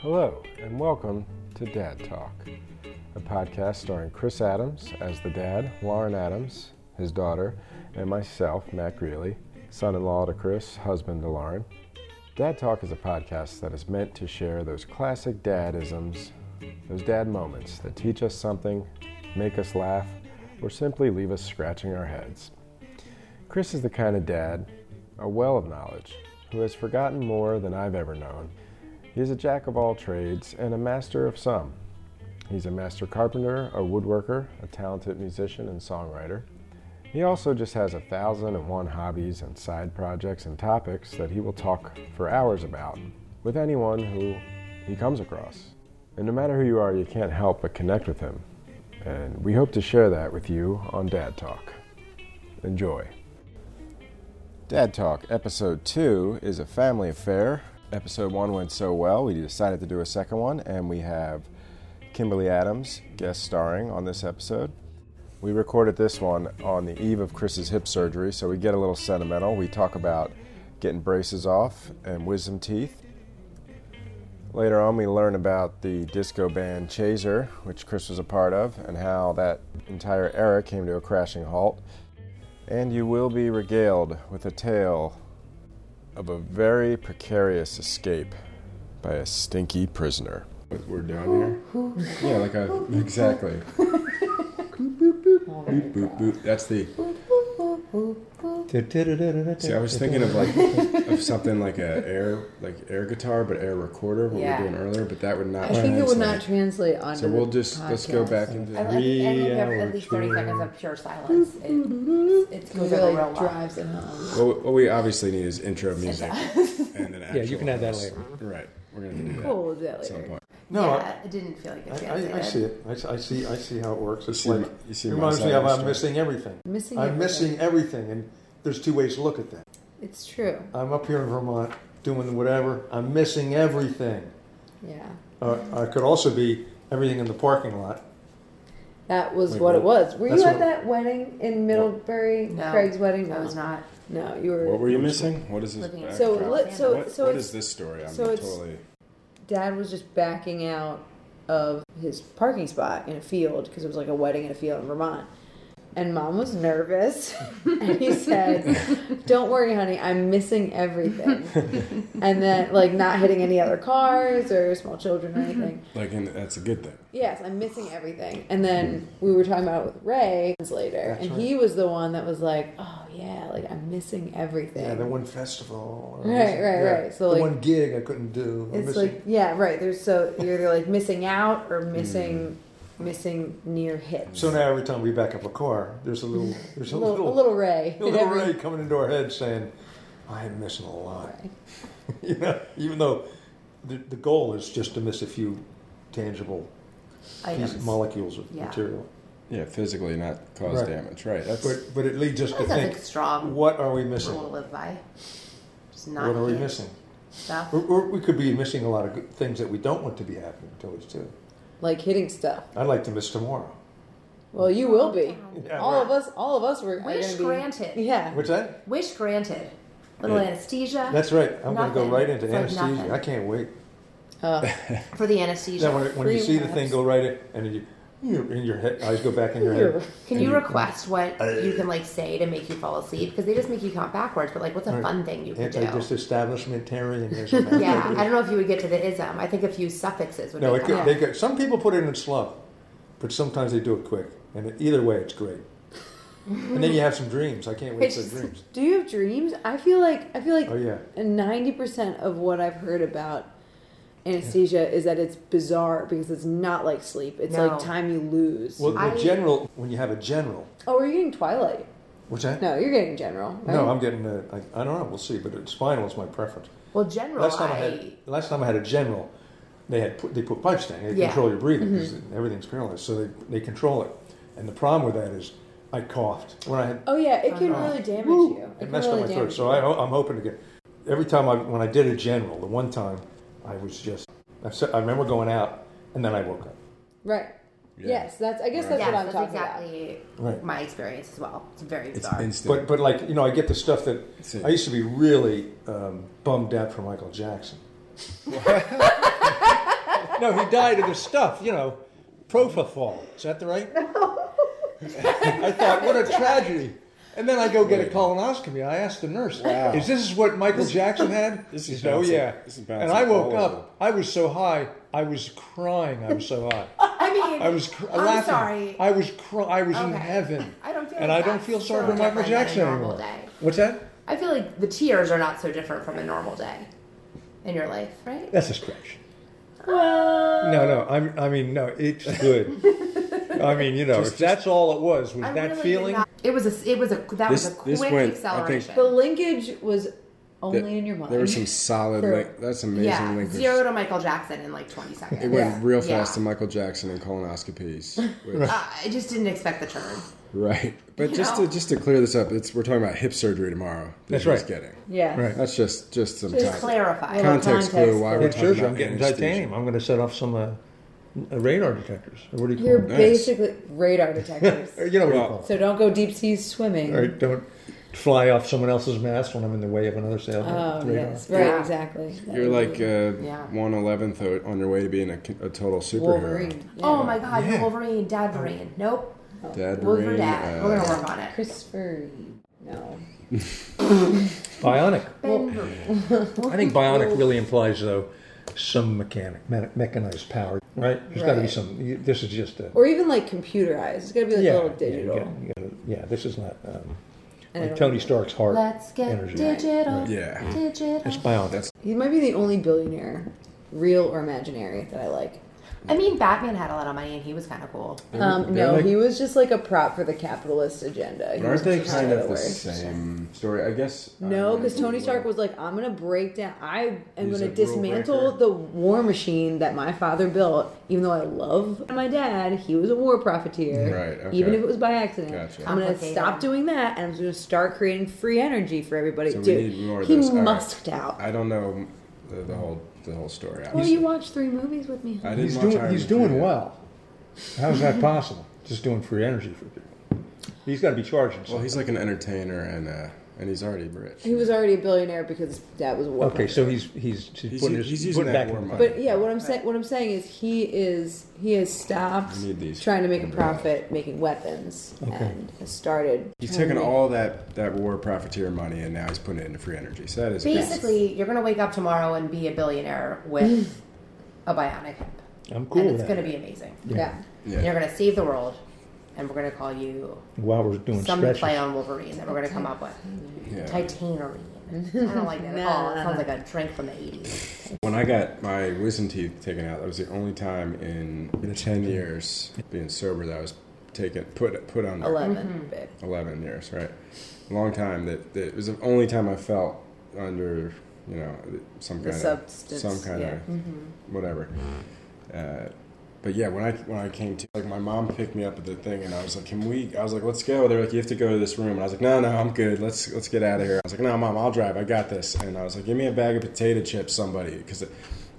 Hello, and welcome to Dad Talk, a podcast starring Chris Adams as the dad, Lauren Adams, his daughter, and myself, Matt Greeley, son in law to Chris, husband to Lauren. Dad Talk is a podcast that is meant to share those classic dadisms, those dad moments that teach us something, make us laugh, or simply leave us scratching our heads. Chris is the kind of dad, a well of knowledge, who has forgotten more than I've ever known. He is a jack of all trades and a master of some. He's a master carpenter, a woodworker, a talented musician, and songwriter. He also just has a thousand and one hobbies and side projects and topics that he will talk for hours about with anyone who he comes across. And no matter who you are, you can't help but connect with him. And we hope to share that with you on Dad Talk. Enjoy. Dad Talk Episode 2 is a family affair. Episode 1 went so well, we decided to do a second one, and we have Kimberly Adams guest starring on this episode. We recorded this one on the eve of Chris's hip surgery, so we get a little sentimental. We talk about getting braces off and wisdom teeth. Later on, we learn about the disco band Chaser, which Chris was a part of, and how that entire era came to a crashing halt. And you will be regaled with a tale of a very precarious escape by a stinky prisoner. We're down here. Yeah, like a exactly. Boop, boop, boop. That's the. See, I was thinking of like of something like a air like air guitar, but air recorder. What Yeah. we were doing earlier, but that would not. I think it would not translate. translate onto So the we'll just let's go podcast. back into I, I three think you have at oh, hours. least 30 seconds of pure silence. It, it goes over Really real long. drives it home. Well, what we obviously need is intro music and an actual. Yeah, you can add that host. later. Right, we're gonna do that Cool, we'll do that at some later. point. No, yeah, it didn't feel like I, it translated. I, I see it. I, s- I see. I see how it works. It's see like my- you see it my reminds side me of of the I'm story. missing everything. Missing I'm everything. missing everything, and there's two ways to look at that. It's true. I'm up here in Vermont doing whatever. I'm missing everything. Yeah. Uh, I could also be everything in the parking lot. That was Wait, what it what? was. Were That's you at what- that wedding in Middlebury, No, Craig's wedding? I was not. No, you were. What were you missing? What is this? Living in backdrop? so Okay. let so what, so what it's, is this story? I'm so it's- totally. dad was just backing out of his parking spot in a field because it was like a wedding in a field in Vermont. And mom was nervous. and he said, Don't worry, honey, I'm missing everything. and then, like, not hitting any other cars or small children or Mm-hmm. anything. Like, and that's a good thing. Yes, I'm missing everything. And then we were talking about it with Ray later. That's And right. he was the one that was like, Oh, yeah, like, I'm missing everything. Yeah, the one festival. or Right, missing- right, yeah, right. So, the like- one gig I couldn't do. I'm It's missing- like yeah, right. There's so you're either like missing out or missing missing near hits. Hmm. so now every time we back up a car, there's a little, there's a a little, little, a little ray. a little ray coming into our head saying, "I am missing a lot." you know, even though the, the goal is just to miss a few tangible piece, Items. molecules of Yeah. material. Yeah, physically not cause Right. damage. Right. That's But but it leads us to That sounds like think, a strong what are we rule to missing? live by. Just not What are we eat missing? Stuff. Or, or we could be missing a lot of good things that we don't want to be happening to us too. like hitting stuff. I'd like to miss tomorrow. Well, you will be. Yeah, all right. of us, all of us were. are Wish gonna be- granted. Yeah. What's that? Wish granted. Little Yeah. anesthesia. That's right. I'm going to go Nothing. right into It's like anesthesia. nothing. I can't wait. Uh, For the anesthesia. Then when, when you Free see the labs. thing go right in, and then you, you and your head, eyes go back in your head. can and you request what Uh, you can like say to make you fall asleep? Because they just make you count backwards. But like, what's a Right. fun thing you could do? Anti-disestablishmentarianism. Yeah, I don't know if you would get to the ism. I think a few suffixes would. No, make it, that could- they could, some people put it in slow, but sometimes they do it quick. And it- either way, it's great. and then you have some dreams. I can't wait for It's- the dreams. do you have dreams? I feel like I feel Oh like yeah, ninety percent of what I've heard about anesthesia is that it's bizarre because it's not like sleep. It's No. like time you lose. well, I- the general when you have a general, oh, are you getting Twilight? which I No, you're getting General. Right? no, I'm getting a, I, I don't know. We'll see, but it, spinal is my preference. Well, general. Last time I I- had last time I had a general, they had put, they put pipes down. They Yeah. Mm-hmm. control your breathing because everything's paralyzed, so they they control it. And the problem with that is, I coughed when I had Oh yeah, it can Uh-huh. really damage Woo! you. It can messed really up my throat. damage So you. I, ho- I'm hoping to get. Every time I, when I did a general, the one time I was just. I, said, I remember going out and then I woke up. Right. Yeah. Yes, that's. I guess Right. that's Yes, what I'm that's talking exactly Right. my experience as well. It's very it's bizarre. instant. But but like you know, I get the stuff that See. I used to be really um, bummed out for Michael Jackson. no, he died of the stuff, you know, propofol. Is that the right? I thought, what a tragedy. And then I go get a colonoscopy. I asked the nurse, Wow. "Is this what Michael Jackson had?" This She is said, "Oh bouncing- yeah." this is bouncing and I woke all up. over. I was so high. I was crying. I was so high. I mean, I was cr- I'm laughing. sorry. I was cr- I was in Okay. heaven. I don't feel and like I don't that's feel sorry so for Michael different than a Jackson normal anymore. day. What's that? I feel like the tears are not so different from a normal day in your life, right? That's a stretch. no, no. I'm, I mean, no. It's good. I mean, you know, if that's all it was, was I that really did feeling? not- it was a. It was a. That was This- a quick this went- I think- acceleration. The linkage was only That- in your mind. There was some solid. Sure. Link, that's amazing. yeah, linkage. zero to Michael Jackson in like 20 seconds. It went Yeah. real Yeah. fast to Michael Jackson and colonoscopies. Which, Uh, I just didn't expect the turn. right. But You just know. to just to clear this up, it's we're talking about hip surgery tomorrow. That That's he was right. Getting. yeah. Right. That's just just some Just con- clarify. Well, context clue why we're Yeah, Context talking sure, about I'm getting anesthesia. titanium. I'm going to set off some uh, uh, radar detectors. Or what do you You're call them? Nice. basically radar Uh, detectors. You know what Well- you call so don't go deep sea swimming. them. Right, don't fly off someone else's mast when I'm in the way of another sailboat. Oh, Radar. yes. Right, Yeah. exactly. You're like uh, Yeah. one eleventh on your way to being a, a total superhero. Wolverine. Yeah. Oh my God, Yeah. Wolverine, Dad Vereen. Nope, Dad Wolverine. Marine, Dad. uh, We're gonna work on it. Oh, Christopher Reeve. No. Bionic. Ben Vereen. I think bionic really implies, though, some mechanic, me- mechanized power, right? There's got to be Right. some. You, this is just a. Or even like computerized. It's got to be like yeah, a little yeah, you digital. gotta- you gotta- yeah, this is not um, And like it'll- Tony Stark's heart. Let's get energy. digital. Yeah. Digital. It's bionic. That's- He might be the only billionaire, real or imaginary, that I like. I mean, Batman had a lot of money and he was kind of cool. Um, they're no, like- he was just like a prop for the capitalist agenda. He But aren't was they just kind of the another word. same story? I guess. No, um, because Tony Stark was like, I'm gonna break down. I am He's a gonna rule dismantle breaker. the war machine that my father built. Even though I love my dad, he was a war profiteer. Right, okay. Even if it was by accident, Gotcha. I'm gonna Complicated. stop doing that, and I'm gonna start creating free energy for everybody. So we Dude, need more of he this. All right. musked out. I don't know the, the whole the whole story. well, you watched three movies with me. I didn't He's watch doing. Iron He's Man doing three yet. well. How's that possible? Just doing free energy for people. He's got to be charging. Well, something. he's like an entertainer, and uh, and he's already rich. He was already a billionaire because his dad was a war. okay, profiteer. so he's he's he's, He's putting, u- his, he's using putting that back war in the money. pocket. But yeah, what I'm saying what I'm saying is he is he has stopped I need these. trying to make a Yeah. profit making weapons and has started. He's trying to taking make- all that that war profiteer money, and now he's putting it into free energy. So that is good. Basically, you're gonna wake up tomorrow and be a billionaire with a bionic hip, I'm cool and with it's that. gonna be amazing. yeah. Yeah. You're gonna save the world, and we're gonna call you While we're doing some stretches. play on Wolverine that we're gonna come up with. Yeah. Titanerine. I don't like that at all. It Nah. sounds like a drink from the 80s. When I got my wisdom teeth taken out, that was the only time in ten years being sober that I was taken put put on there. 11 babe. Eleven years, right? A long time. That, that it was the only time I felt under you know some The kind substance, of some kind yeah. of Mm-hmm. whatever. Uh, but yeah, when I when I came to, like my mom picked me up at the thing, and I was like, "Can we?" I was like, "Let's go." They're like, "You have to go to this room," and I was like, "No, no, I'm good. Let's let's get out of here." I was like, "No, mom, I'll drive. I got this." And I was like, "Give me a bag of potato chips, somebody," because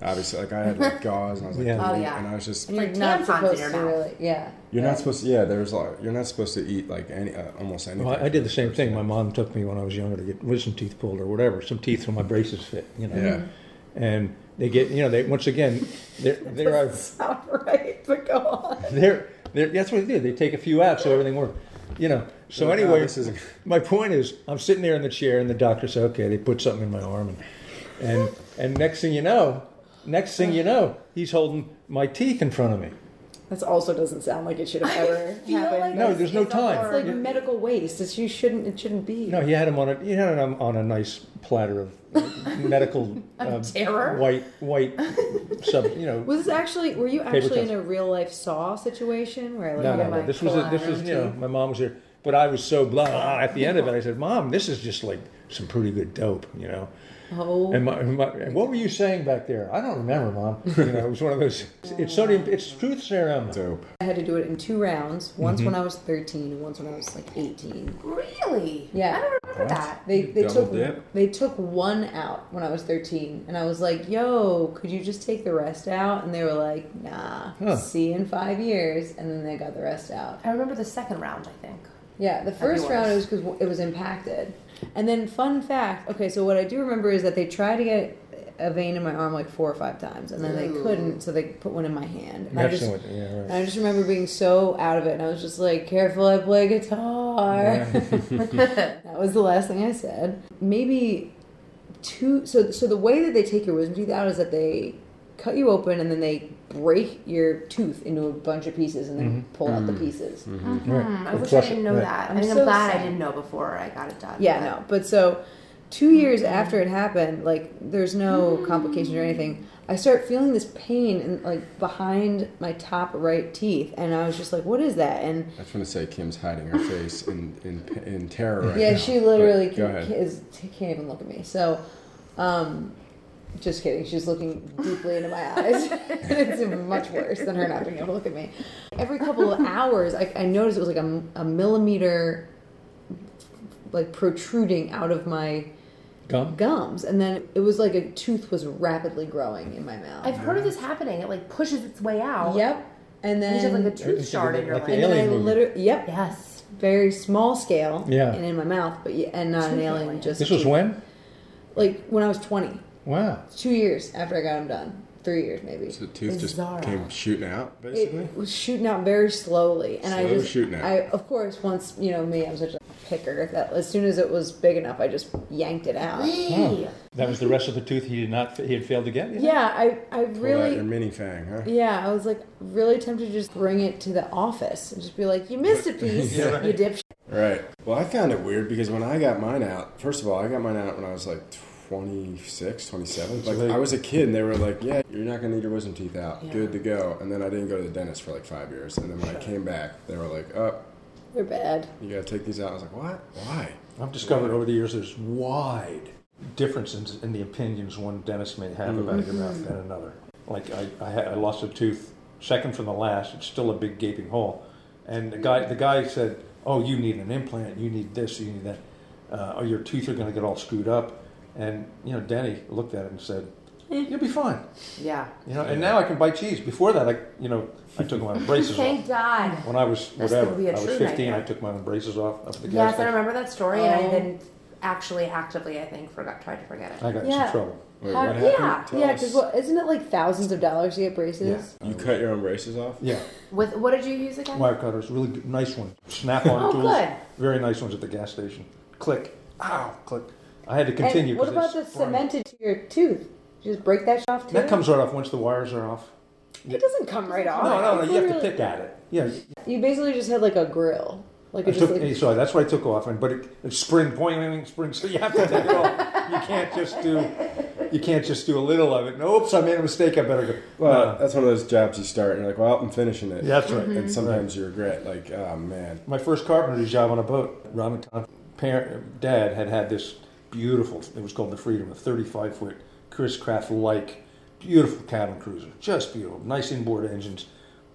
obviously, like I had like gauze, and I was like, Yeah. Oh, "Ooh," yeah. and I was just. And like you're not tampons in supposed your to mouth. really yeah. You're Right. not supposed to. Yeah, there's like you're not supposed to eat like any uh, almost anything. Well, I, I did the same thing. My mom took me when I was younger to get wisdom teeth pulled or whatever, some teeth from my braces fit, you know. Yeah. And they get, you know, they once again, there, there are, Sound right, but go on. there, there. That's what they did. They take a few out so everything worked, you know. So Like, oh, anyway, this isn't- my point is, I'm sitting there in the chair, and the doctor said, "Okay." They put something in my arm, and and and next thing you know, next thing you know, he's holding my teeth in front of me. That also doesn't sound like it should have ever feel happened. like No, there's no It's all time. it's like Yeah. medical waste. It's, you shouldn't. It shouldn't be. No, he had him on a he had him on a nice platter of medical uh, terror? white white sub you know Was this actually? Were you actually cuts. in a real life saw situation where I like no no had no my this was a, this was you know my mom was here but I was so blah at the end of it I said mom this is just like some pretty good dope you know oh and, my, my, and what were you saying back there I don't remember mom you know it was one of those it's sodium it's truth serum Dope. I had to do it in two rounds. Once Mm-hmm. when I was 13, and once when I was like 18. Really? Yeah. I don't remember that. They they Double took dip? they took one out when I was 13, and I was like, "Yo, could you just take the rest out?" And they were like, "Nah, Huh. see you in five years." And then they got the rest out. I remember the second round, I think. Yeah, the first Everyone's. round it was because it was impacted. And then, fun fact okay, so what I do remember is that they tried to get a vein in my arm like four or five times, and then they Ooh. couldn't, so they put one in my hand. And I That's just, what- yeah, right. and I just remember being so out of it, and I was just like, "Careful, I play guitar." that was the last thing I said. Maybe two. So, so the way that they take your wisdom teeth out is that they cut you open and then they break your tooth into a bunch of pieces and then pull out the pieces. Hmm, I Or wish I crush didn't it, know right. that. I'm I mean, so I'm glad sad. I didn't know before I got it done. Yeah, but- no. But so, two years after it happened, like there's no complications or anything. I start feeling this pain in like behind my top right teeth, and I was just like, "What is that?" And I just want to say Kim's hiding her face in in, in terror right yeah, now. she literally But Go ahead. can, is, can't even look at me. So, um, just kidding. She's looking deeply into my eyes. it's much worse than her not being able to look at me. Every couple of hours, I, I noticed it was like a, a millimeter, like protruding out of my Gum? gums, and then it was like a tooth was rapidly growing in my mouth. I've heard of this happening. It like pushes its way out. yep, and And then you just have like a tooth It's shard in like the your like and then I Alien movie. literally yep, Yes. very small scale, Yeah. and in my mouth, but yeah, and not an Tooth alien, alien. just This was tooth. when? like when I was 20, Wow. two years after I got them done, three years maybe. So the tooth just Bizarre. came shooting out, basically. It was shooting out very slowly, and I Slow was shooting out. I of course once you know me, I'm such a picker that as soon as it was big enough, I just yanked it out. Eee. That was the rest of the tooth he did not he had failed to get. Yeah, I Pull I out your really. mini fang, huh? Yeah, I was like really tempted to just bring it to the office and just be like, "You missed a piece, you dipshit." Right. Well, I found it weird because when I got mine out, first of all, I got mine out when I was like 26, 27. Like, they- I was a kid and they were like, yeah, you're not going to need your wisdom teeth out. Good to go. And then I didn't go to the dentist for like five years. And then when I came back, they were like, oh, They're bad. you got to take these out. I was like, what? Why? I've discovered over the years there's wide differences in the opinions one dentist may have about your mouth than another. Like I, I, had, I lost a tooth second from the last. It's still a big gaping hole, and the guy the guy said, "Oh, you need an implant. You need this. You need that. Uh, or your teeth are going to get all screwed up." And you know, Denny looked at it and said, "Eh, "You'll be fine." Yeah. You know, and now I can buy cheese. Before that, I you know I took my braces Thank off. God. When I was That's whatever, gonna be a I was true 15. I nightmare. took my own braces off. Up at the gas Yes, I station. remember that story, and Oh. I then actually actively, I think, forgot tried to forget it. I got in Yeah. some trouble. Wait, How- what happened? yeah, Tell Yeah, us. because isn't it like thousands of dollars to get braces? You cut your own braces off? Yeah, With what did you use again? wire cutters, really good, nice one. Snap on Oh, tools, good. very nice ones at the gas station. Click, ow, click. I had to continue. and what 'cause about the it's sprung. cemented to your tooth? You just break that shit off too. Oh, That comes right off once the wires are off. It doesn't come right off. No, no, no. It's You have to literally- pick at it. Yeah, You basically just had like a grill, like I it just took, like, so that's what I took off, and but it, it's spring, boing, spring. So you have to take it off. You can't just do, you can't just do a little of it. And, Oops, I made a mistake. I better go. uh, Well, No. that's one of those jobs you start and you're like, well, I'm finishing it. Uh-huh. Yeah, that's right. And sometimes you regret, like, oh, man. My first carpentry job on a boat, Robin Con- parent, dad had had this beautiful, it was called the Freedom, a 35 foot Chris Craft like, beautiful cabin cruiser. Just beautiful. Nice inboard engines.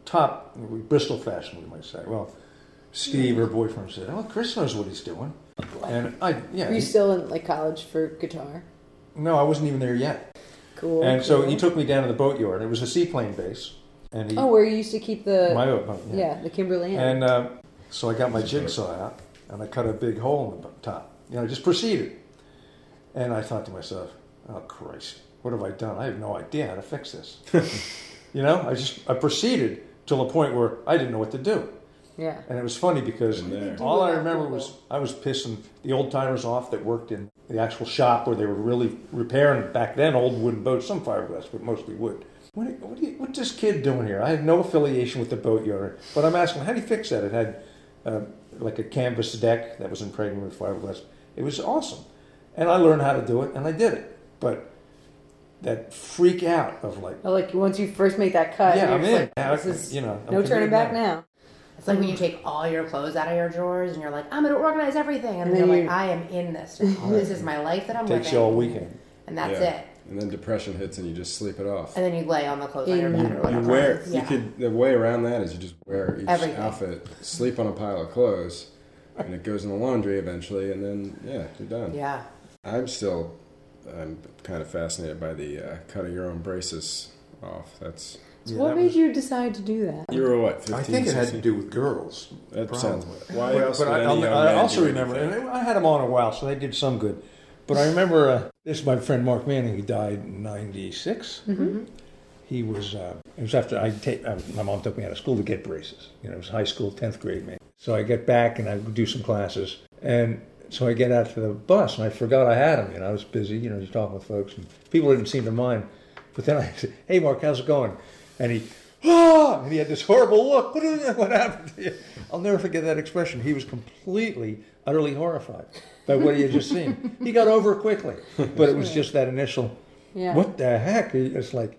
Top, Bristol fashion, we might say. Well, Steve, her boyfriend, said, Oh, Chris knows what he's doing. And I, yeah. Were you he- still in like college for guitar? no, I wasn't even there yet. Cool. and so cool. he took me down to the boatyard. It was a seaplane base. And he, Oh, where you used to keep the my boat, yeah. the Kimberly Ann. And uh, so I got my jigsaw out and I cut a big hole in the top. You know, I just proceeded. And I thought to myself, oh, Christ, what have I done? I have no idea how to fix this. you know, I just I proceeded till the point where I didn't know what to do. yeah. And it was funny because Been there. all I Yeah. remember was I was pissing the old timers off that worked in the actual shop where they were really repairing back then old wooden boats, some fiberglass, but mostly wood. What, do- what, do you, what's this kid doing here? I have no affiliation with the boatyard, but I'm asking, how do you fix that? It had uh, like a canvas deck that was impregnated with fiberglass. It was awesome, and I learned how to do it, and I did it. But that freak out of like, Oh, Like once you first make that cut, yeah, you're I'm just in. like, Now I this can- is you know, I'm no turning committed back now. now. It's like when you take all your clothes out of your drawers and you're like, I'm gonna organize everything, and, And then then you're you- like, I am in this. Now. this is my life that Oh, I'm Takes you living, all weekend. and that's Yeah. it. And then depression hits and you just sleep it off. And then you lay on the clothes on your In- bed or You whatever. wear Uh-huh. yeah. you could the way around that is you just wear each Everything. outfit, sleep on a pile of clothes, and it goes in the laundry eventually, and then yeah, you're done. yeah. I'm still I'm kind of fascinated by the uh, cutting your own braces off. That's So Yeah, what that made was- you decide to do that? you were what? 15, I think it had to 16? do with girls. That Probably. sounds why But, else but would I, any young I man also do remember, anything? and I had them on a while, so they did some good. But I remember uh, this is my friend Mark Manning. He died in '96. He was uh, it was after I take uh, my mom took me out of school to get braces. You know, it was high school, tenth grade, maybe. So I get back and I do some classes, and so I get out to the bus and I forgot I had them. You know, I was busy. You know, just talking with folks and people didn't seem to mind. But then I said, "Hey, Mark, how's it going?" And he. Ah! And he had this horrible look. What, is, what happened to you? I'll never forget that expression. He was completely, utterly horrified by what he had just seen. He got over it quickly, but it was just that initial, Yeah. what the heck? It's like,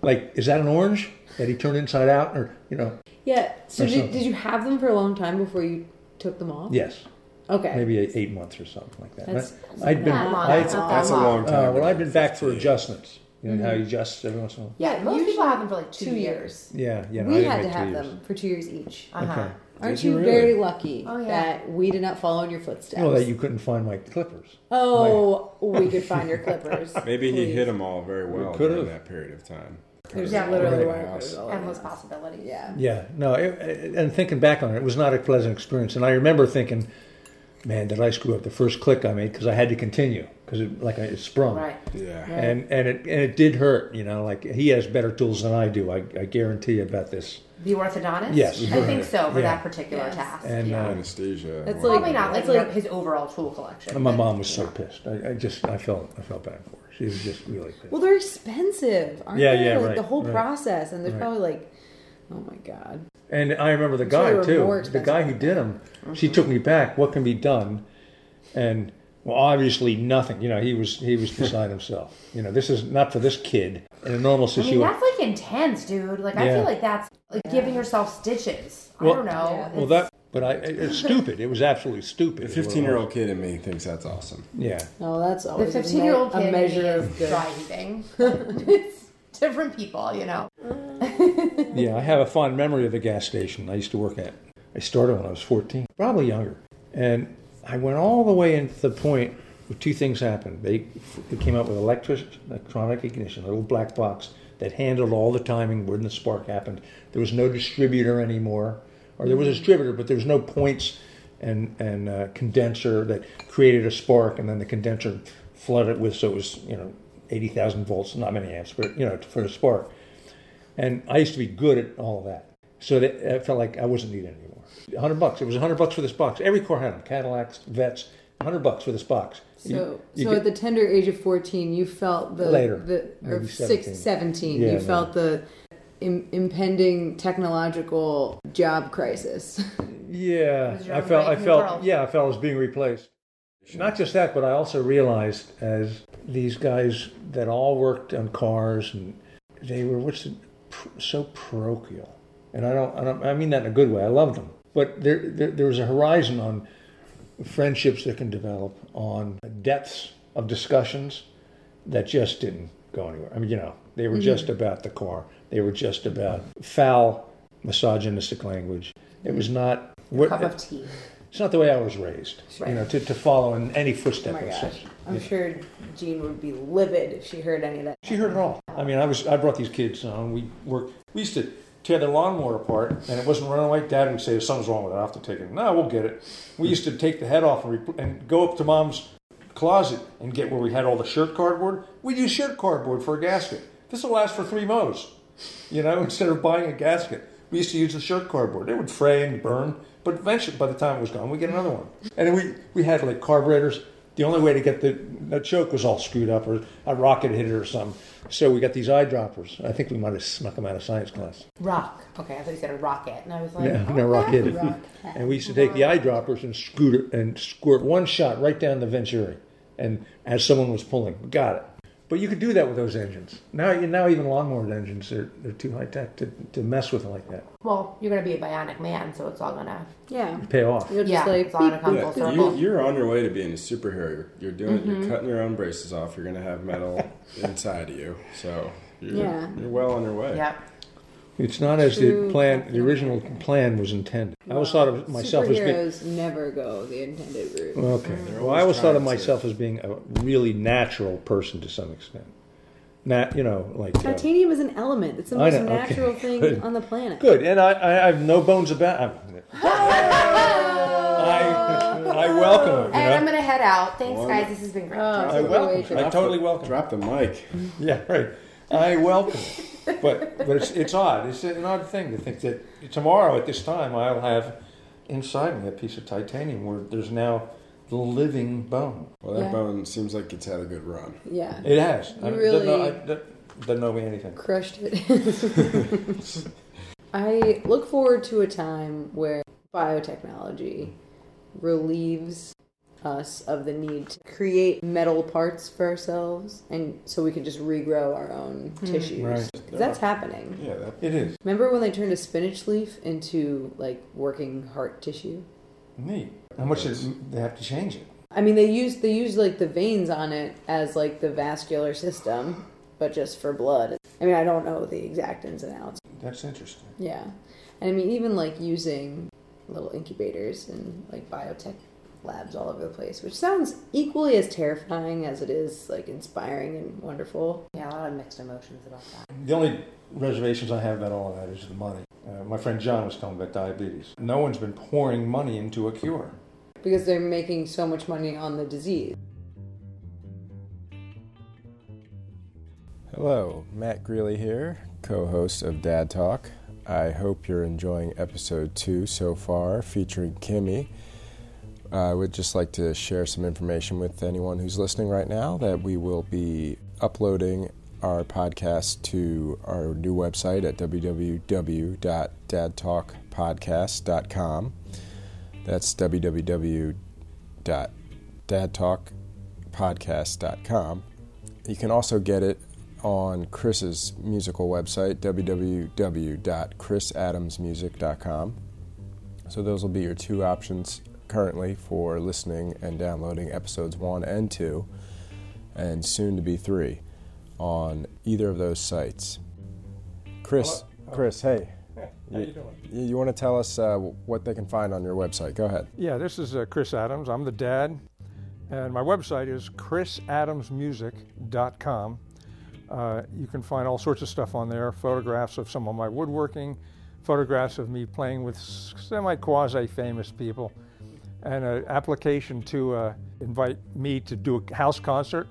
like, is that an orange that he turned inside out? Or, you know, Yeah. So Or did, something. did you have them for a long time before you took them off? yes, Okay. maybe eight, eight months or something like that. That's- I'd been, That long. I- That's not that That's a long. long time. uh, well, I've been back for 58. adjustments. You know how Mm-hmm. you adjust every once in a while? Yeah, most people usually have them for like two, two years. Yeah, yeah. no, I we didn't had to make two have years. them for two years each. Uh huh. Aren't you you really? very lucky Oh, yeah. that we did not follow in your footsteps? Well, that you couldn't find my clippers. oh, we could find your clippers. Maybe he Please. hit them all very well could've. during that period of time. There's Yeah, literally Right. one clippers all over Endless the house. possibilities. Yeah. Yeah, no, it, it- and thinking back on it, it was not a pleasant experience. And I remember thinking, man, did I screw up the first click I made because I had to continue because it like it sprung. Right. Yeah. And and it and it did hurt, you know. Like he has better tools than I do. I, I guarantee you about this. The orthodontist? Yes. I think so for Yeah. that particular Yes. task. And, yeah. uh, Anesthesia. That's Wow. Probably not like, That's like- his overall tool collection. And my but- mom was so pissed. I, I just I felt I felt bad for her. She was just really pissed. Well, they're expensive, aren't Yeah, they? yeah, like right, the whole right. process, and there's Right. probably like, oh my god. And I remember the sure guy they were more too. The expensive guy who did them, she took me back. What can be done? And well, obviously nothing. You know, he was he was beside himself. You know, this is not for this kid in a normal I mean, situation. that's like intense, dude. Like, I Yeah. feel like that's like giving yourself stitches. Well- I don't know. Yeah. well, that but I it- it's stupid. It was absolutely stupid. The 15 year old kid in me thinks that's awesome. Yeah. No, Oh, that's The always a me- 15 year old a kid measure is of good. driving. it's different people, you know. Yeah, I have a fond memory of the gas station I used to work at. I started when I was 14, probably younger. And I went all the way into the point where two things happened. They, they came out with electric, electronic ignition, a little black box that handled all the timing when the spark happened. There was no distributor anymore, or there was a distributor, but there was no points and, and uh, condenser that created a spark, and then the condenser flooded with, so it was, you know, 80,000 volts, not many amps, but, you know, for a spark. And I used to be good at all of that. So that I felt like I wasn't needed anymore. 100 bucks. It was 100 bucks for this box. Every car had them Cadillacs, Vets, 100 bucks for this box. You- So, you so get- at the tender age of 14, you felt the Later, the, or maybe six, 17. 17 Yeah, you no. felt the Im- impending technological job crisis. yeah, was your I own felt, I brave new felt, girl. yeah, I felt I was being replaced. Not just that, but I also realized as these guys that all worked on cars and they were what's the, pr- so parochial, and I don't, I don't, I mean that in a good way. I loved them, but there, there, there was a horizon on friendships that can develop on depths of discussions that just didn't go anywhere. I mean, you know, they were just Mm-hmm. about the car. They were just about foul, misogynistic language. It was not. what- Cup of tea. it's not the way I was raised, Right. you know, to, to follow in any footstep. oh my of gosh. such. I'm sure Jean would be livid if she heard any of that. She heard it all. I mean, I was I brought these kids on. We worked. We used to tear their lawnmower apart, and it wasn't running like Dad would say, "Something's wrong with it. I have to take it." No, we'll get it. We used to take the head off and, repl and go up to Mom's closet and get where we had all the shirt cardboard. We'd use shirt cardboard for a gasket. This will last for three mows. You know, instead of buying a gasket, we used to use the shirt cardboard. It would fray and burn, but eventually, by the time it was gone, we get another one. And we we had like carburetors. The only way to get the the choke was all screwed up, or a rocket hit it, or something. So we got these eyedroppers. I think we might have snuck them out of science class. Rock. Okay, I thought you said a rocket. And I was like, Yeah, no rocket. And we used to take the eyedroppers and scoot it and squirt one shot right down the venturi, and as someone was pulling, got it. But you could do that with those engines. Now, now even lawnmower engines are they're too high tech to, to mess with like that. well, you're going to be a bionic man, so it's all going to. Yeah. Pay off. You're Yeah, just like, it's all beep, gonna come Yeah, full circle. you, you're on your way to being a superhero. You're, you're doing. Mm-hmm. You're cutting your own braces off. You're gonna have metal inside of you. So you're, Yeah. you're well on your way. Yep. It's not as the True plan, Captain the original plan was intended. I always thought of myself as being. superheroes never go the intended route. Okay. Well, I always always thought of trying to. myself as being a really natural person to some extent. Not, you know, like. uh, Titanium is an element. It's the I most know, okay, natural thing good. on the planet. Good, and I, I, I have no bones about. I'm, I, I welcome it. You And I'm know? gonna head out. Thanks, One. guys. This has been great. Oh. I welcome it. I Drop totally the- welcome it. Drop the mic. Yeah, right. I welcome it. But, but it's, it's odd. It's an odd thing to think that tomorrow at this time I'll have inside me a piece of titanium where there's now the living bone. Well, that Yeah. bone seems like it's had a good run. Yeah. It has. I You don't- doesn't know- really- I- don't- doesn't know me anything. crushed it. I look forward to a time where biotechnology relieves us of the need to create metal parts for ourselves and so we can just regrow our own tissues. Right. 'Cause That's happening. Yeah, that It is. Remember when they turned a spinach leaf into like working heart tissue? Neat. How much does they have to change it? I mean they used they used like the veins on it as like the vascular system, but just for blood. I mean I don't know the exact ins and outs. That's interesting. Yeah. And I mean, even like using little incubators and like biotech labs all over the place, which sounds equally as terrifying as it is like inspiring and wonderful. Yeah, a lot of mixed emotions about that. The only reservations I have about all of that is the money. Uh, my friend John was talking about diabetes. No one's been pouring money into a cure. Because they're making so much money on the disease. Hello, Matt Greeley here, co host of Dad Talk. I hope you're enjoying episode two so far, featuring Kimmy. I would just like to share some information with anyone who's listening right now that we will be uploading our podcast to our new website at www.dadtalkpodcast.com. That's www.dadtalkpodcast.com. You can also get it on Chris's musical website, www.chrisadamsmusic.com. So those will be your two options currently for listening and downloading episodes one and two, and soon to be three on either of those sites. Chris, Chris, hey. How you doing? You, you want to tell us uh, what they can find on your website? Go ahead. Yeah, this is uh, Chris Adams. I'm the dad, and my website is chrisadamsmusic.com. Uh, you can find all sorts of stuff on there photographs of some of my woodworking, photographs of me playing with semi quasi famous people, and an application to uh, invite me to do a house concert.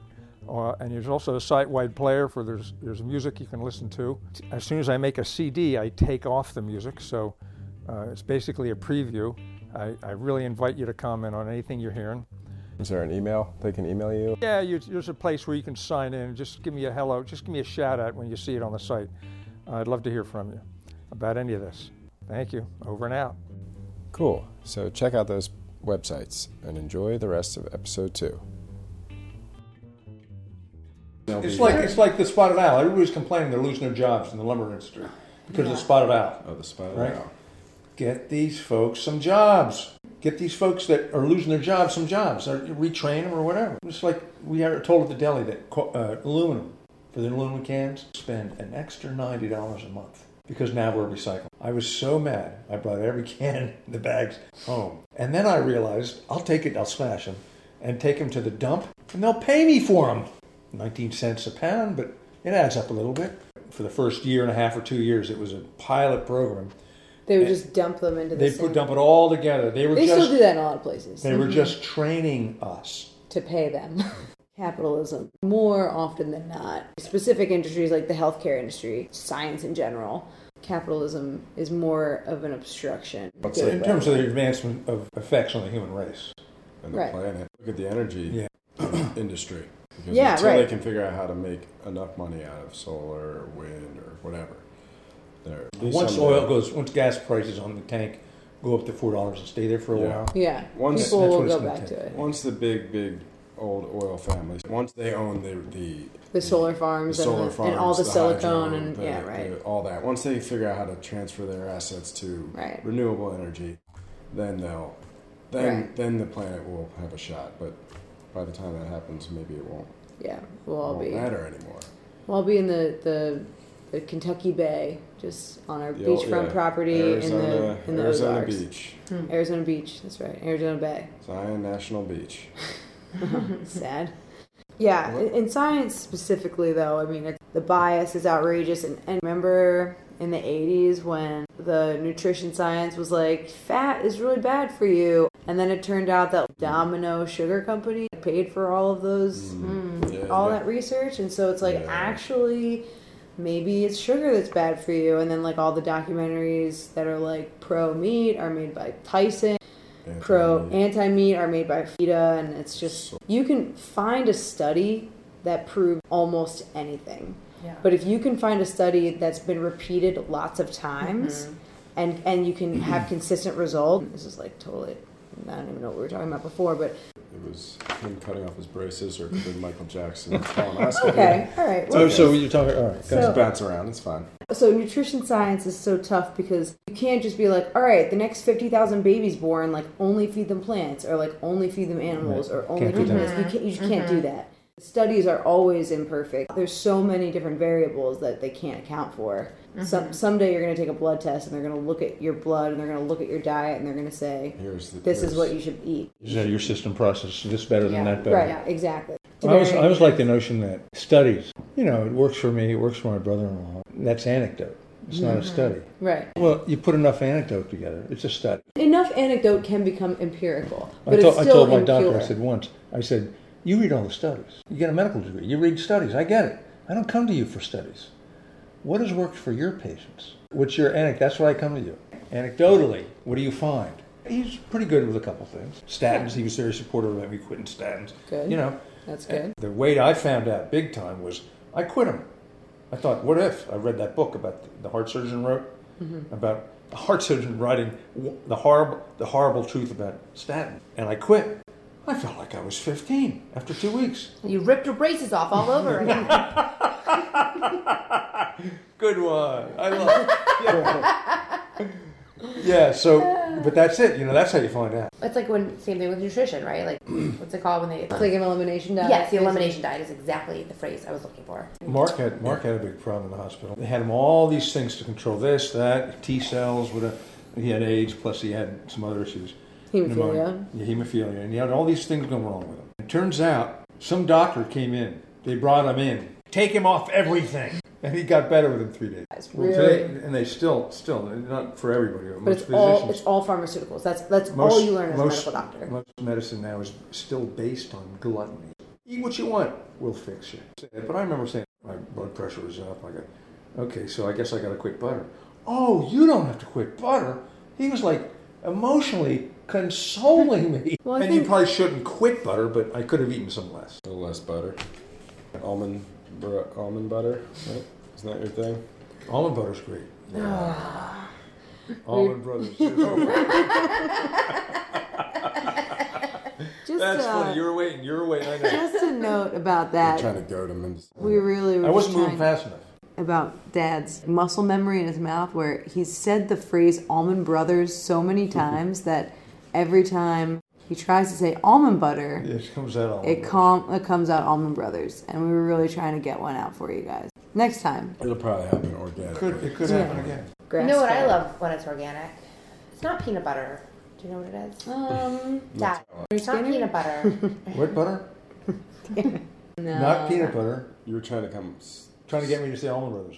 Uh, and there's also a site-wide player for there's there's music you can listen to. As soon as I make a CD, I take off the music, so uh, it's basically a preview. I, I really invite you to comment on anything you're hearing. Is there an email they can email you? Yeah, you, there's a place where you can sign in. and Just give me a hello. Just give me a shout out when you see it on the site. I'd love to hear from you about any of this. Thank you. Over and out. Cool. So check out those websites and enjoy the rest of episode two. It's like it's like the spotted owl. Everybody's complaining they're losing their jobs in the lumber industry because of the spotted owl. Oh, the spot. Right. Wow. Get these folks some jobs. Get these folks that are losing their jobs some jobs. Or retrain them or whatever. It's like we are told at the deli that co- uh, aluminum for the aluminum cans spend an extra ninety dollars a month because now we're recycling. I was so mad. I brought every can in the bags home, and then I realized I'll take it. I'll smash them and take them to the dump, and they'll pay me for them. 19 cents a pound, but it adds up a little bit. For the first year and a half or two years, it was a pilot program. They would just dump them into the They same. put dump it all together. They were they just still do Mm-hmm. that in a lot of places they were just training us. to pay them. Capitalism, more often than not, specific industries like the healthcare industry, science in general, capitalism is more of an obstruction. in terms of the advancement of effects on the human race. And the Right. planet. Look at the energy industry. Because Yeah, until they right. can figure out how to make enough money out of solar or wind or whatever. There. Once oil goes, once gas prices on the tank go up to four dollars and stay there for a Yeah. while. Yeah, Once- people That's will what it's go gonna back take. to it. Once the big, big old oil families, once they own the the, The solar farms, the solar and, the- farms, and all the, silicone hydro, and the- yeah, right. the- all that. Once they figure out how to transfer their assets to Right. renewable energy, then they'll, then Right. then the planet will have a shot. But by the time that happens, maybe it won't, yeah, we'll all won't be matter anymore. we'll all be in the, the the Kentucky Bay, just on our The old- beachfront yeah, property Arizona, in the in the Arizona Ozarks. Beach, Arizona Beach. That's right, Arizona Bay. Zion National Beach. Sad. Yeah, in, in science specifically, though, I mean, it, the bias is outrageous. And, and remember in the 80s when the nutrition science was like, fat is really bad for you. And then it turned out that Domino Sugar Company paid for all of those, Mm-hmm. Yeah, Mm-hmm. all yeah. that research. And so it's like, Yeah. actually, maybe it's sugar that's bad for you. And then, like, all the documentaries that are like pro meat are made by Tyson, Yeah, pro yeah. anti meat are made by Feta. And it's just, you can find a study that proves almost anything. Yeah. But if you can find a study that's been repeated lots of times and and you can have consistent results, this is like totally I don't even know what we were talking about before, but It was him cutting off his braces or it could be Michael Jackson. falling asleep. okay, all right. So, Well, Oh, so you're talking. All right, guys, So- bounce around. It's fine. so nutrition science is so tough because you can't just be like, all right, the next fifty thousand babies born, like only feed them plants or like only feed them animals or only Can't feed do them that. this. You can't, you just can't do that. Studies are always imperfect. There's so many different variables that they can't account for. Some someday you're going to take a blood test and they're going to look at your blood and they're going to look at your diet and they're going to say, Here's the. this is here's- what you should eat. Is that your system process this better than Yeah. that better? Right, exactly. I was, I was like the notion that studies, you know, it works for me, it works for my brother in law. That's anecdote. It's not Mm-hmm. a study. right. Well, you put enough anecdote together, it's a study. Enough anecdote can become empirical, but I, told- it's I still told my impure. doctor, I said once, I said, You read all the studies. You get a medical degree. You read studies. I get it. I don't come to you for studies. What has worked for your patients? What's your anecdote? That's why I come to you. Anecdotally, what do you find? He's pretty good with a couple things. Statins, he was very supportive of me quitting statins. Good. You know, That's good. The weight I found out big time was I quit them. I thought, what if? I read that book about the heart surgeon wrote about the heart surgeon writing w- the horrible the horrible truth about statin, and I quit. I felt like I was 15 after two weeks. You ripped your braces off all over again. Good one. I love. Yeah. yeah. So, but that's it. You know, that's how you find out. it's like when same thing with nutrition, right? Like what's it called when they It's like an elimination diet. Yes, the elimination diet is exactly the phrase I was looking for. Mark had Mark had a big problem in the hospital. They had him all these things to control this, that, T cells, whatever. He had AIDS, plus he had some other issues. Pneumonia. Hemophilia. Yeah, hemophilia, and he had all these things going wrong with him. It turns out some doctor came in. They brought him in. Take him off everything, and he got better within three days. That's Well, really- today- and they still, still, not for everybody, But but, most it's all physicians. it's all pharmaceuticals. That's that's all you learn as a medical doctor. Most medicine now is still based on gluttony. Eat what you want, we'll fix you. But I remember saying my blood pressure was up. I got, okay, so I guess I got to quit butter. Oh, you don't have to quit butter. He was like emotionally consoling me. Well, I and you think- probably shouldn't quit butter, but I could have eaten some less. A little less butter. Almond, br- almond butter. Right? Isn't that your thing? Almond butter's great. Almond brothers. Just That's funny. You uh, were waiting. You were waiting. I know. just a note about I'm that. trying to goad him into. We really were I wasn't just moving trying- fast enough. about Dad's muscle memory in his mouth, where he's said the phrase "almond brothers" so many times that every time he tries to say almond butter, It comes out all. It, com- it comes out Almond Brothers, and we were really trying to get one out for you guys. Next time. It'll probably happen organically. could, it could happen again. Grass you know what I fed. love when it's organic? It's not peanut butter. Do you know what it is? Um, That. It's not Skinner? peanut butter. What butter? Not peanut butter. You were trying to come. s- Trying to get me to say Almond Brothers.